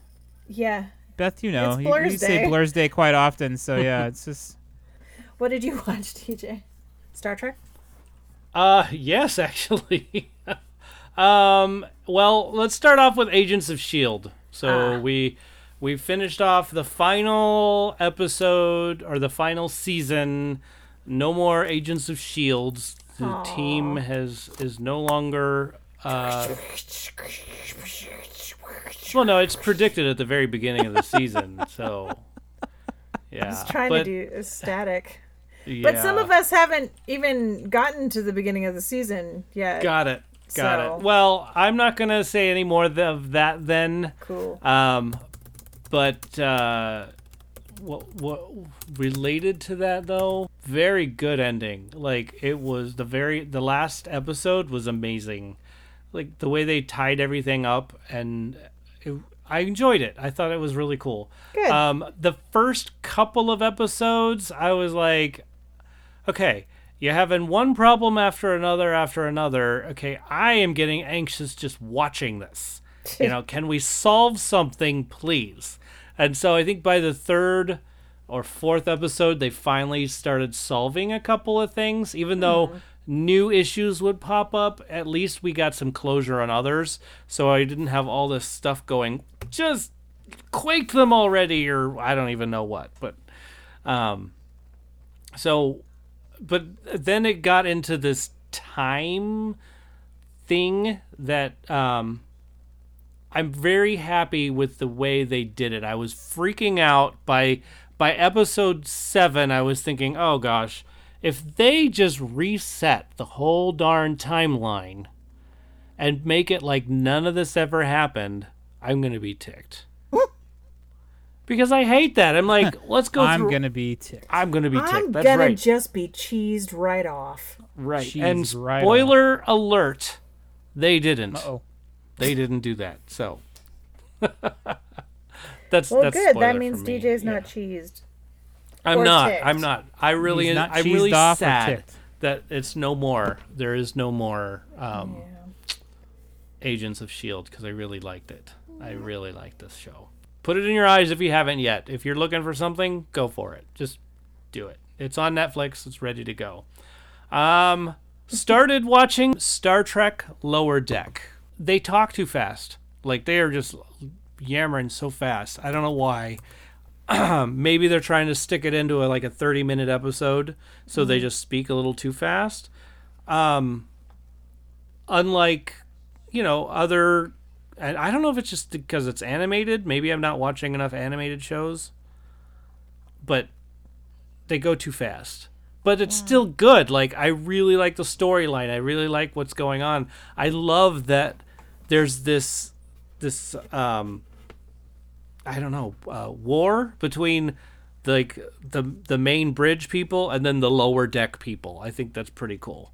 C: Yeah.
D: Beth, you know,
C: It's
D: you, you say
C: Blur's Day.
D: Blur's Day quite often, so yeah, it's just
C: What did you watch, TJ? Star Trek.
B: uh, yes, actually. um, well, let's start off with Agents of Shield. E So
C: Ah.
B: we we finished off the final episode or the final season. No more Agents of Shields. E The team has is no longer uh, Well, no, it's predicted at the very beginning of the season, so yeah.
C: Trying
B: Uh, but,
C: to do static.
B: yeah.
C: But some of us haven't even gotten to the beginning of the season yet.
B: got it, got
C: So-
B: it. Well, I'm not gonna say any more th- of that then.
C: Cool.
B: Um, but uh, what what related to that though? Very good ending. Like it was the very the last episode was amazing. Like the way they tied everything up, and it, I enjoyed it. I thought it was really cool.
C: Good.
B: Um, the first couple of episodes, I was like, okay, you're having one problem after another after another. Okay, I am getting anxious just watching this. You know, can we solve something, please? And so I think by the third or fourth episode, they finally started solving a couple of things, even though. New issues would pop up. At least we got some closure on others, so I didn't have all this stuff going. Just quaked them already or I don't even know what. But um so but then it got into this time thing that um I'm very happy with the way they did it. I was freaking out by by episode 7 I was thinking, "Oh gosh, if they just reset the whole darn timeline and make it like none of this ever happened, I'm going to be ticked." because I hate that. I'm like, "Let's go
D: I'm
B: through
D: gonna be ticked.
B: I'm going to be ticked."
C: I'm
B: That's
C: gonna
B: right.
C: just be cheesed right off.
B: Right.
D: She's
B: and
D: right
B: spoiler alert, they didn't.
D: Uh-oh.
B: They didn't do that. So that's
C: Well,
B: that's
C: good.
B: spoiler
C: That means
B: for me.
C: DJ's
B: Yeah.
C: not cheesed.
B: I'm
C: or
B: not.
C: ticked.
B: I'm not. I really.
D: He's not
B: I'm really
D: cheesed off or
B: sad
D: ticked.
B: that it's no more. There is no more um, Agents of Shield because I E really liked it. I really liked this show. Put it in your eyes if you haven't yet. If you're looking for something, go for it. Just do it. It's on Netflix. It's ready to go. Um, started watching Star Trek Lower Deck. They talk too fast. Like they are just yammering so fast. I don't know why. Um, Maybe they're trying to stick it into a, like a 30 minute episode, so they just speak a little too fast. Um, unlike, you know, other. And I don't know if it's just because it's animated. Maybe I'm not watching enough animated shows. But they go too fast. But it's still good. Like I really like the storyline. I really like what's going on. I love that there's this this um I don't know uh, war between like the the main bridge people and then the lower deck people. I think that's pretty cool.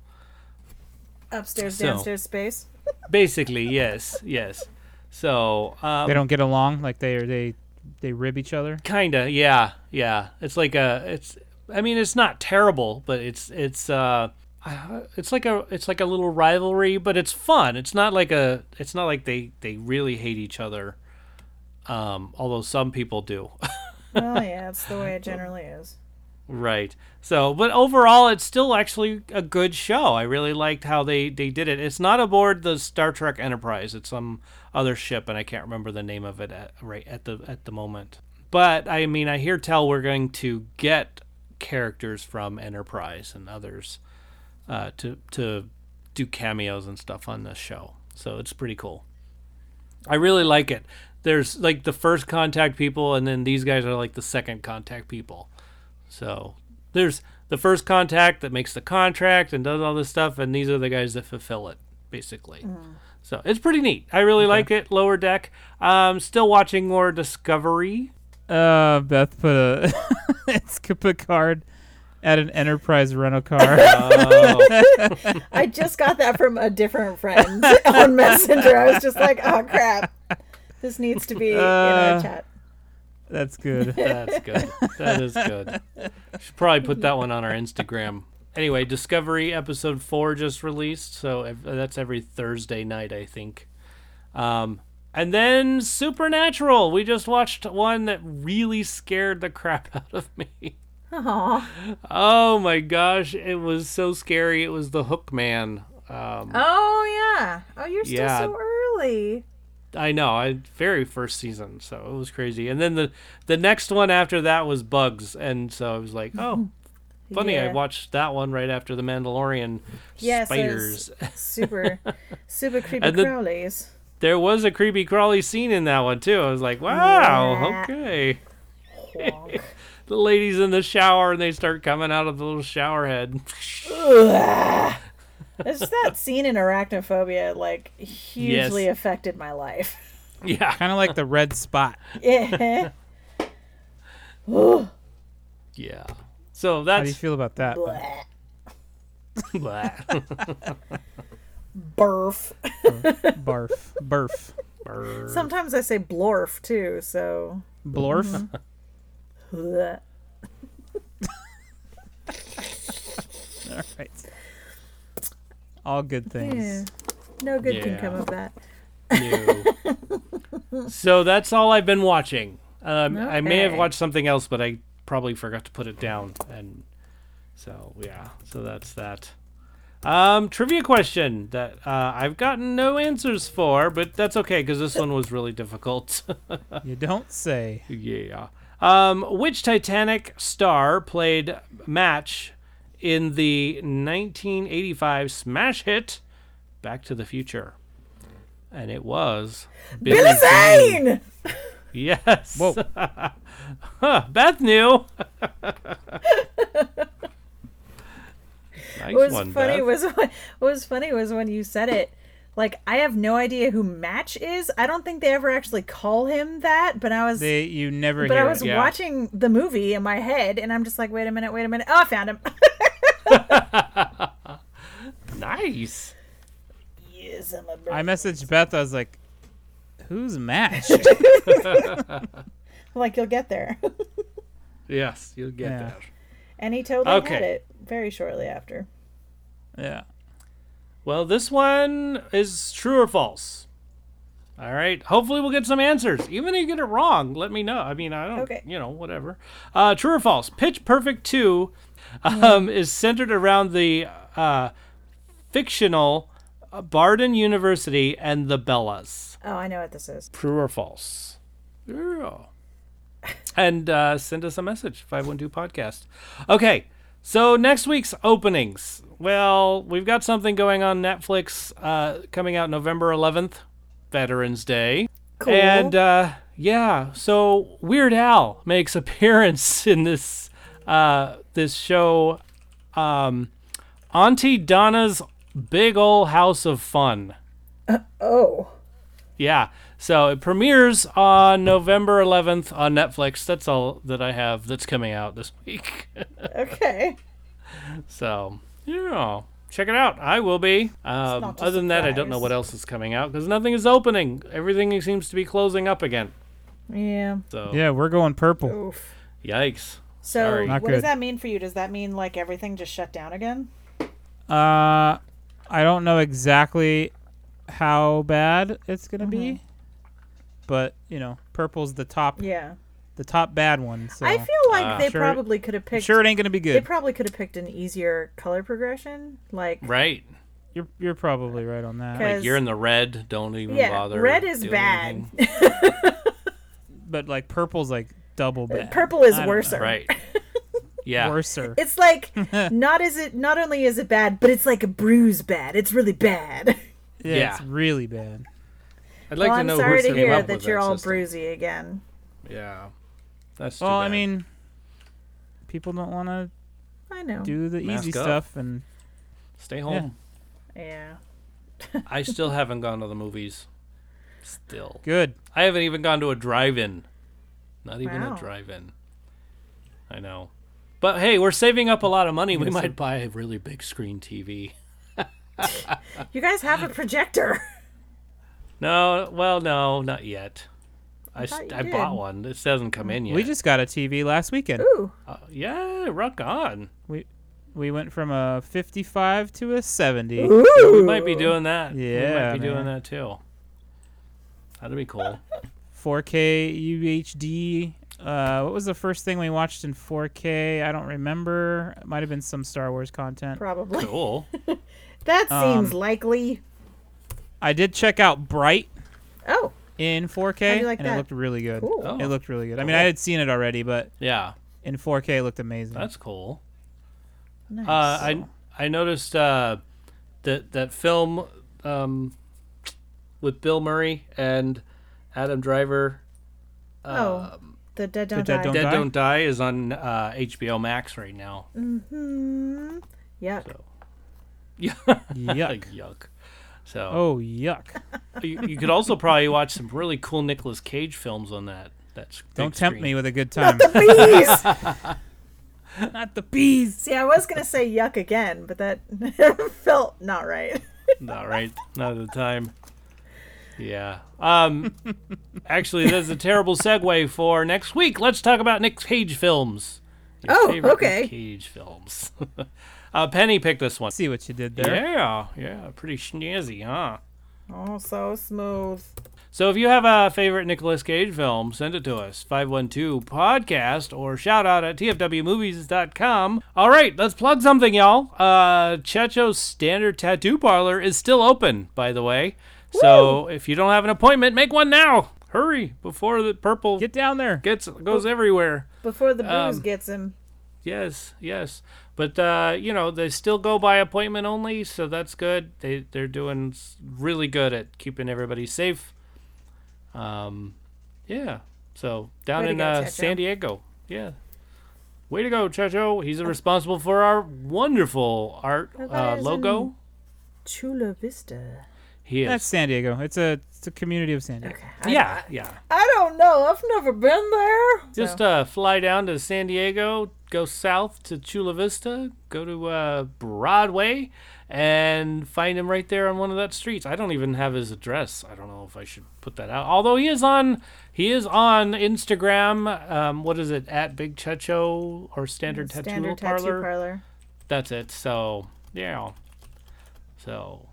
C: Upstairs,
B: So-
C: downstairs, space.
B: Basically, yes, yes. So uh, um,
D: Um, They don't get along like they are. They they rib each other.
B: Kinda, yeah, yeah. It's like a, it's. I mean, it's not terrible, but it's it's uh, I- it's like a it's like a little rivalry, but it's fun. It's not like a, it's not like they they really hate each other. Um, although some people do,
C: well, yeah, it's the way it generally is.
B: right? So, but overall, it's still actually a good show. I really liked how they they did it. It's not aboard the Star Trek Enterprise. It's some other ship, and I can't remember the name of it at, right at the at the moment. But I mean, I hear tell we're going to get characters from Enterprise and others uh, to to do cameos and stuff on this show. So it's pretty cool. I really like it. There's like the first contact people, and then these guys are like the second contact people. So there's the first contact that makes the contract and does all this stuff, and these are the guys that fulfill it, basically. So it's pretty neat. I really like it. Lower deck. Um, still watching more Discovery.
D: Uh, Beth put a it's Picard at an Enterprise rental car.
C: I just got that from a different friend on Messenger. I was just like, oh crap, this needs to be in our
D: Uh,
C: chat.
D: That's good.
B: That's good. That is good. Should probably put that one on our Instagram. Anyway, Discovery episode four just released, so ev- that's every Thursday night, I think. Um, and then Supernatural. We just watched one that really scared the crap out of me.
C: Aw.
B: Oh my gosh, it was so scary. It was the Hook Man. Um,
C: Oh yeah. Oh, you're still
B: Yeah.
C: so early.
B: I know, I very first season, so it was crazy. And then the the next one after that was Bugs, and so I was like, oh, funny. I
C: Yeah.
B: watched that one right after the Mandalorian
C: Yes, it
B: spiders.
C: was super, super creepy
B: And the-
C: crawlies.
B: There was a creepy crawly scene in that one too. I was like, wow,
C: Yeah.
B: okay.
C: Wonk.
B: The ladies in the shower and they start coming out of the little shower head.
C: It's just that scene in Arachnophobia like hugely
B: Yes.
C: affected my life.
B: yeah,
D: kind of like the red spot.
C: Yeah.
B: yeah. So
D: How do you
B: that's
D: feel about that?
C: Bleh.
B: Blah.
C: Burf.
D: Barf. Burf.
C: Sometimes I say blorf too, so
D: Blorf.
C: Mm-hmm. bleh.
D: All right. All good
C: Yeah.
D: things.
C: no good can
B: Yeah.
C: come of that.
B: No. so that's all I've been watching. Um, I may have
C: Okay.
B: watched something else, but I probably forgot to put it down. And so yeah, so that's that. Um, trivia question that uh, I've gotten no answers for, but that's okay because this one was really difficult.
D: You don't say.
B: yeah. Um, which Titanic star played Match in the 1985 smash hit Back to the Future? And it was Billy,
C: Billy
B: Zane.
C: Zane!
B: Yes.
D: Whoa.
B: Huh, Beth knew. nice
C: What was
B: one,
C: funny
B: Beth.
C: was what was funny was when you said it. Like I have no idea who Match is. I don't think they ever actually call him that, but I was
D: They you never
C: but I
D: hear
C: was
D: it.
B: yeah.
C: watching the movie in my head and I'm just like, wait a minute, wait a minute. Oh, I found him.
B: nice.
C: yes, I'm a
D: I
C: bird.
D: messaged Beth. I was like, "Who's matched?"
C: Like you'll get there.
B: Yes, you'll get
D: Yeah.
B: that.
C: and he totally
B: Okay.
C: had it very shortly after.
D: yeah.
B: Well, this one is true or false. All right. Hopefully, we'll get some answers. Even if you get it wrong, let me know. I mean, I don't,
C: Okay.
B: you know, whatever. Uh, true or false? Pitch Perfect 2 um, is centered around the uh, fictional uh, Barden University and the Bellas.
C: Oh, I know what this is.
B: True or false? Yeah. and uh, send us a message, 512 Podcast. Okay, so next week's openings. Well, we've got something going on Netflix uh, coming out November 11th, Veterans Day.
C: Cool.
B: And uh, yeah, so Weird Al makes appearance in this uh, this show, um, Auntie Donna's Big Ol' House of Fun.
C: oh.
B: Yeah. So it premieres on November 11th on Netflix. That's all that I have that's coming out this week.
C: Okay.
B: so, yeah. Check it out. I will be. Um,
C: not a
B: other than that, I don't know
C: surprise.
B: what else is coming out because nothing is opening. Everything seems to be closing up again.
C: Yeah.
B: So
D: Yeah, we're going purple.
C: Oof.
B: yikes.
C: So
B: Sorry.
D: Not
C: what
D: good.
C: does that mean for you? Does that mean like everything just shut down again?
D: Uh, I don't know exactly how bad it's gonna be, but you know, purple's the top,
C: Mm-hmm. Yeah.
D: the top bad one. So
C: I feel like
B: Ah.
C: they
D: Sure.
C: probably could have
D: I'm
C: picked.
D: sure it ain't gonna be
C: They
D: good.
C: probably could have picked an easier color progression, like
B: Right.
D: you're you're probably right on that.
C: Okay.
B: Like you're in the red. Don't even
C: yeah,
B: bother.
C: red is
B: doing
C: bad.
B: anything.
D: but like purple's like double bad.
C: uh, Purple is
D: I don't
C: worser.
B: Right. Yeah.
D: Worser.
C: It's like not is it not only is it bad, but it's like a bruise bad. It's really bad.
D: yeah,
B: Yeah.
D: it's really bad.
B: I'd like
C: well,
B: to
C: I'm
B: know
C: sorry
B: who
C: to
B: came
C: hear
B: up with
C: that you're all
B: system.
C: bruisey again.
B: Yeah. That's too
D: Well, I
B: bad.
D: mean, people don't want to
C: I know.
D: do the
B: Mask
D: easy
B: up.
D: stuff, and
B: stay home.
C: Yeah.
B: I still haven't gone to the movies. Still.
D: good.
B: I haven't even gone to a drive-in. Not even
C: Wow.
B: a drive-in. I know. But hey, we're saving up a lot of money. We
D: Yes,
B: might
D: it-
B: buy a really big screen TV.
C: You guys have a projector.
B: No, well, no, not yet. I,
C: thought
B: st-
C: you
B: I
C: did.
B: bought one. This doesn't come in yet.
D: We just got a TV last weekend.
C: Ooh.
B: Uh, yeah, rock on.
D: We went from a 55 to a 70.
C: Ooh.
B: We might be doing that. we might
D: Yeah,
B: be doing
D: man.
B: that too. That'd be cool.
D: 4K UHD. Uh, what was the first thing we watched in 4K? I don't remember. It might have been some Star Wars content.
C: Probably.
B: cool.
C: That seems
D: Um,
C: likely.
D: I did check out Bright
C: Oh,
B: uh,
D: in 4K,
C: How'd you like
D: and
C: that?
D: it looked really good.
C: cool.
B: Oh.
D: It looked really good. I mean, I had seen it already, but
B: Yeah,
D: in 4K, it looked amazing.
B: that's cool.
C: Nice.
B: Uh, I I noticed uh, that that film um, with Bill Murray and Adam Driver,
C: oh, the dead don't
D: The Dead
C: die.
D: Don't
B: um, Dead
D: Die?
B: Don't Die, is on uh, HBO Max right now.
C: Hmm. Yuck.
B: Yeah,
D: Mm. yuck.
B: yuck. So
D: Oh, yuck.
B: you, you could also probably watch some really cool Nicolas Cage films on that. That's
D: Don't tempt me with a good time.
C: Please.
D: Not the bees.
C: See, I was gonna say yuck again, but that felt not right.
B: Not right. Not at the time. Yeah. Um. Actually, that's a terrible segue for next week. Let's talk about Nick Cage films. Your
C: Oh,
B: favorite
C: okay.
B: Nick Cage films. uh, Penny picked this one.
D: See what you did there.
B: Yeah. Yeah. Pretty snazzy, huh?
C: Oh, so smooth.
B: So if you have a favorite Nicolas Cage film, send it to us. 512 podcast or shout out at tfwmovies.com. All right, let's plug something, y'all. Uh Checho's Standard Tattoo Parlor is still open, by the way. So if you don't have an appointment, make one now. Hurry before the purple
D: Get down there.
B: gets goes everywhere.
C: Before the
B: Um,
C: booze gets him.
B: Yes, yes. But uh, you know, they still go by appointment only, so that's good. They they're doing s- really good at keeping everybody safe. Um, yeah. So down
C: Way to
B: in
C: go,
B: uh,
C: Checho.
B: San Diego, yeah. Way to go, Checho. He's responsible for our wonderful art
C: thought it
B: uh,
C: was
B: logo.
C: in- Chula Vista.
B: He is.
D: That's San Diego. It's a it's a community of San Diego.
B: yeah, yeah.
C: I don't know. I've never been there.
B: Just uh, fly down to San Diego, go south to Chula Vista, go to uh, Broadway, and find him right there on one of that streets. I don't even have his address. I don't know if I should put that out. Although he is on, he is on Instagram. Um, what is it at Big Checho or Standard,
C: Standard
B: Tattoo, Parlor?
C: tattoo parlor.
B: That's it. So yeah. So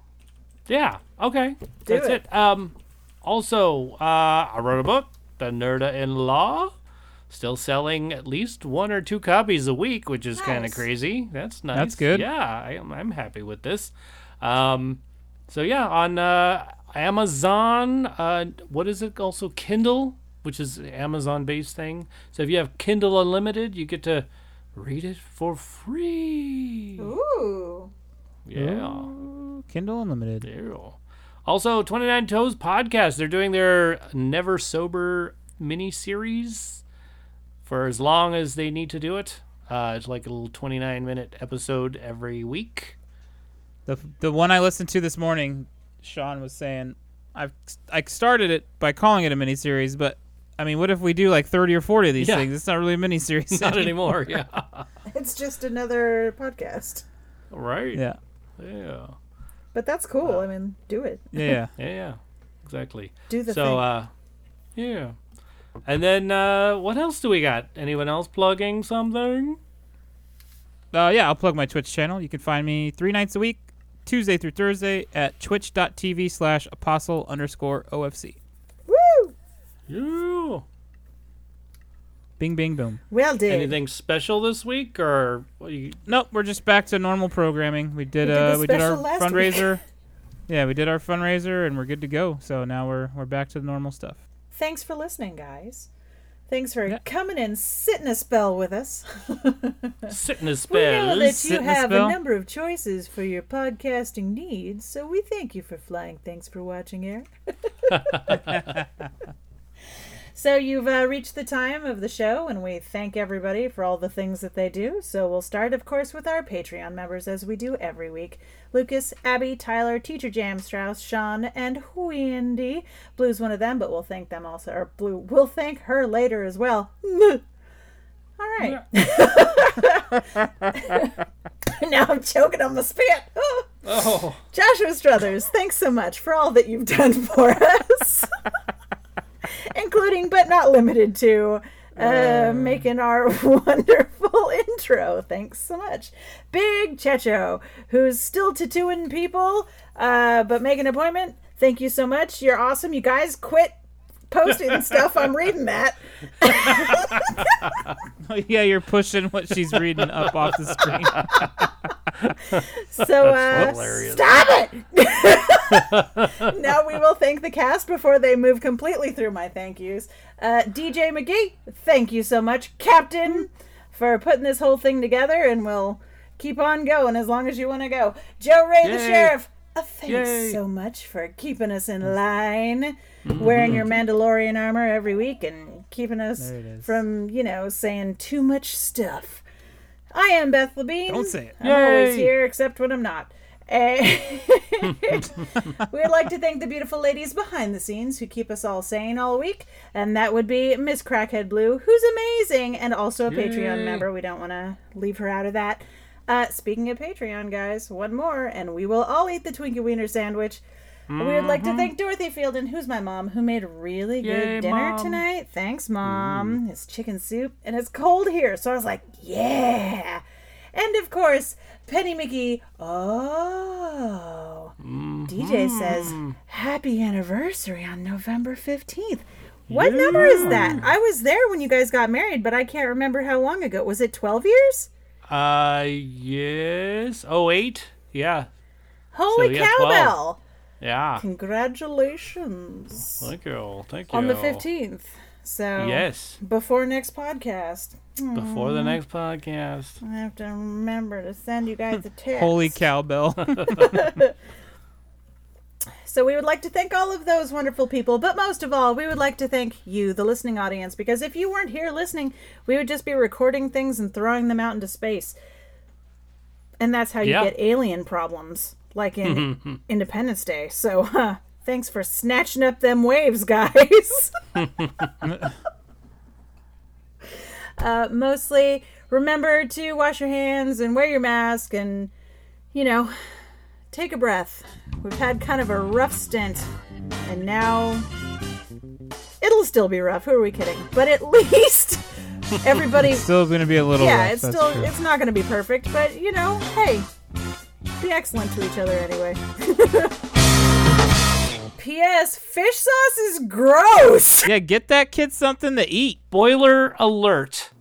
B: yeah. Okay.
C: Do
B: That's it.
C: it.
B: Um also, uh I wrote a book, The Nerda in Law. Still selling at least one or two copies a week, which is kind of
C: Nice.
B: crazy. That's nice.
D: good.
B: Yeah, I am, I'm happy with this. Um, so yeah, on uh, Amazon, uh, what is it? Also Kindle, which is an Amazon-based thing. So if you have Kindle Unlimited, you get to read it for free.
C: Ooh.
B: Yeah.
D: Kindle Unlimited.
B: yeah. Also, 29 Toes Podcast. They're doing their Never Sober mini series for as long as they need to do it. Uh, it's like a little 29 minute episode every week.
D: The the one I listened to this morning, Sean was saying, I've I started it by calling it a miniseries, but I mean, what if we do like thirty or forty of these
B: Yeah.
D: things? It's not really a miniseries.
B: Not anymore. Yeah.
C: It's just another podcast.
B: Right.
D: yeah,
B: Yeah.
C: But that's cool.
B: Uh,
C: I mean, do it.
D: yeah, yeah.
B: Yeah. Exactly.
C: Do the
B: so
C: thing.
B: uh yeah And then uh, what else do we got? Anyone else plugging something?
D: Uh, yeah, I'll plug my Twitch channel. You can find me three nights a week, Tuesday through Thursday, at twitch.tv slash apostle underscore OFC.
C: Woo!
B: Yeah.
D: Bing, bing, boom.
C: Well, did.
B: Anything special this week or what you,
D: Nope, we're just back to normal programming. We did,
C: We did
D: uh,
C: the
D: we did our
C: special last week.
D: fundraiser. yeah, we did our fundraiser, and we're good to go. So now we're we're back to the normal stuff.
C: Thanks for listening, guys. Thanks for
D: Yeah.
C: coming and sitting a spell with us.
B: sitting his
C: We know
B: spell?
C: that you
D: Sitting a
C: have a
D: spell?
C: number of choices for your podcasting needs, so we thank you for flying. Thanks for watching, Eric. so you've uh, reached the time of the show, and we thank everybody for all the things that they do. So we'll start, of course, with our Patreon members, as we do every week. Lucas, Abby, Tyler, Teacher Jam, Strauss, Sean, and Wendy. Blue's one of them, but we'll thank them also. Or Blue, we'll thank her later as well. all right. now I'm choking on the spit.
B: Oh,
C: Joshua Struthers, thanks so much for all that you've done for us, including but not limited to uh, making our wonderful intro. Thanks so much. Big Checho, who's still tattooing people, uh, but make an appointment. Thank you so much. You're awesome. You guys quit posting stuff. I'm reading that.
D: Oh, yeah, you're pushing what she's reading up off the screen.
C: So uh,
B: hilarious.
C: stop it. now we will thank the cast before they move completely through my thank yous. Uh, DJ McGee, thank you so much, Captain, for putting this whole thing together, and we'll keep on going as long as you want to go. Joe Ray, the
B: Yay.
C: sheriff. Uh, thanks
B: Yay.
C: so much for keeping us in line, wearing your Mandalorian armor every week, and keeping us
D: There it is.
C: from you know saying too much stuff. I am Beth Labine.
D: Don't say it.
C: I'm always
B: Yay.
C: here, except when I'm not. And We'd like to thank the beautiful ladies behind the scenes who keep us all sane all week, and that would be Miss Crackhead Blue, who's amazing and also a Patreon
B: Yay.
C: member. We don't want to leave her out of that. Uh, speaking of Patreon, guys, one more, and we will all eat the Twinkie Wiener sandwich. We would like to thank Dorothy Fielden, who's my mom, who made really good
B: Mm-hmm. Yay,
C: dinner
B: Mom. Mm-hmm.
C: tonight. Thanks, Mom. It's chicken soup, and it's cold here, so I was like, yeah. And of course, Penny McGee. Oh. DJ
B: Mm-hmm.
C: says, Happy anniversary on November 15th. What number is that? I was there when you guys got married, but I can't remember how long ago. Was it 12 years?
B: uh, yes. Oh, eight. Yeah,
C: Holy
B: So, yeah,
C: cowbell!
B: yeah.
C: Congratulations
B: Thank you. Thank you.
C: on the 15th. So,
B: Yes,
C: before next podcast,
B: before the next podcast.
C: I have to remember to send you guys a text.
D: Holy cowbell!
C: So we would like to thank all of those wonderful people, but most of all, we would like to thank you, the listening audience, because if you weren't here listening, we would just be recording things and throwing them out into space. And that's how you
B: Yeah.
C: get alien problems, like in Independence Day. So, huh, thanks for snatching up them waves, guys. uh, mostly, remember to wash your hands and wear your mask and, you know, take a breath. We've had kind of a rough stint, and now it'll still be rough. Who are we kidding? But at least everybody.
D: Still going to be a little.
C: yeah,
D: rough,
C: it's
D: that's
C: still
D: true.
C: it's not going to be perfect, but you know, hey, be excellent to each other anyway. P.S. Fish sauce is gross.
D: yeah, get that kid something to eat.
B: Boiler alert.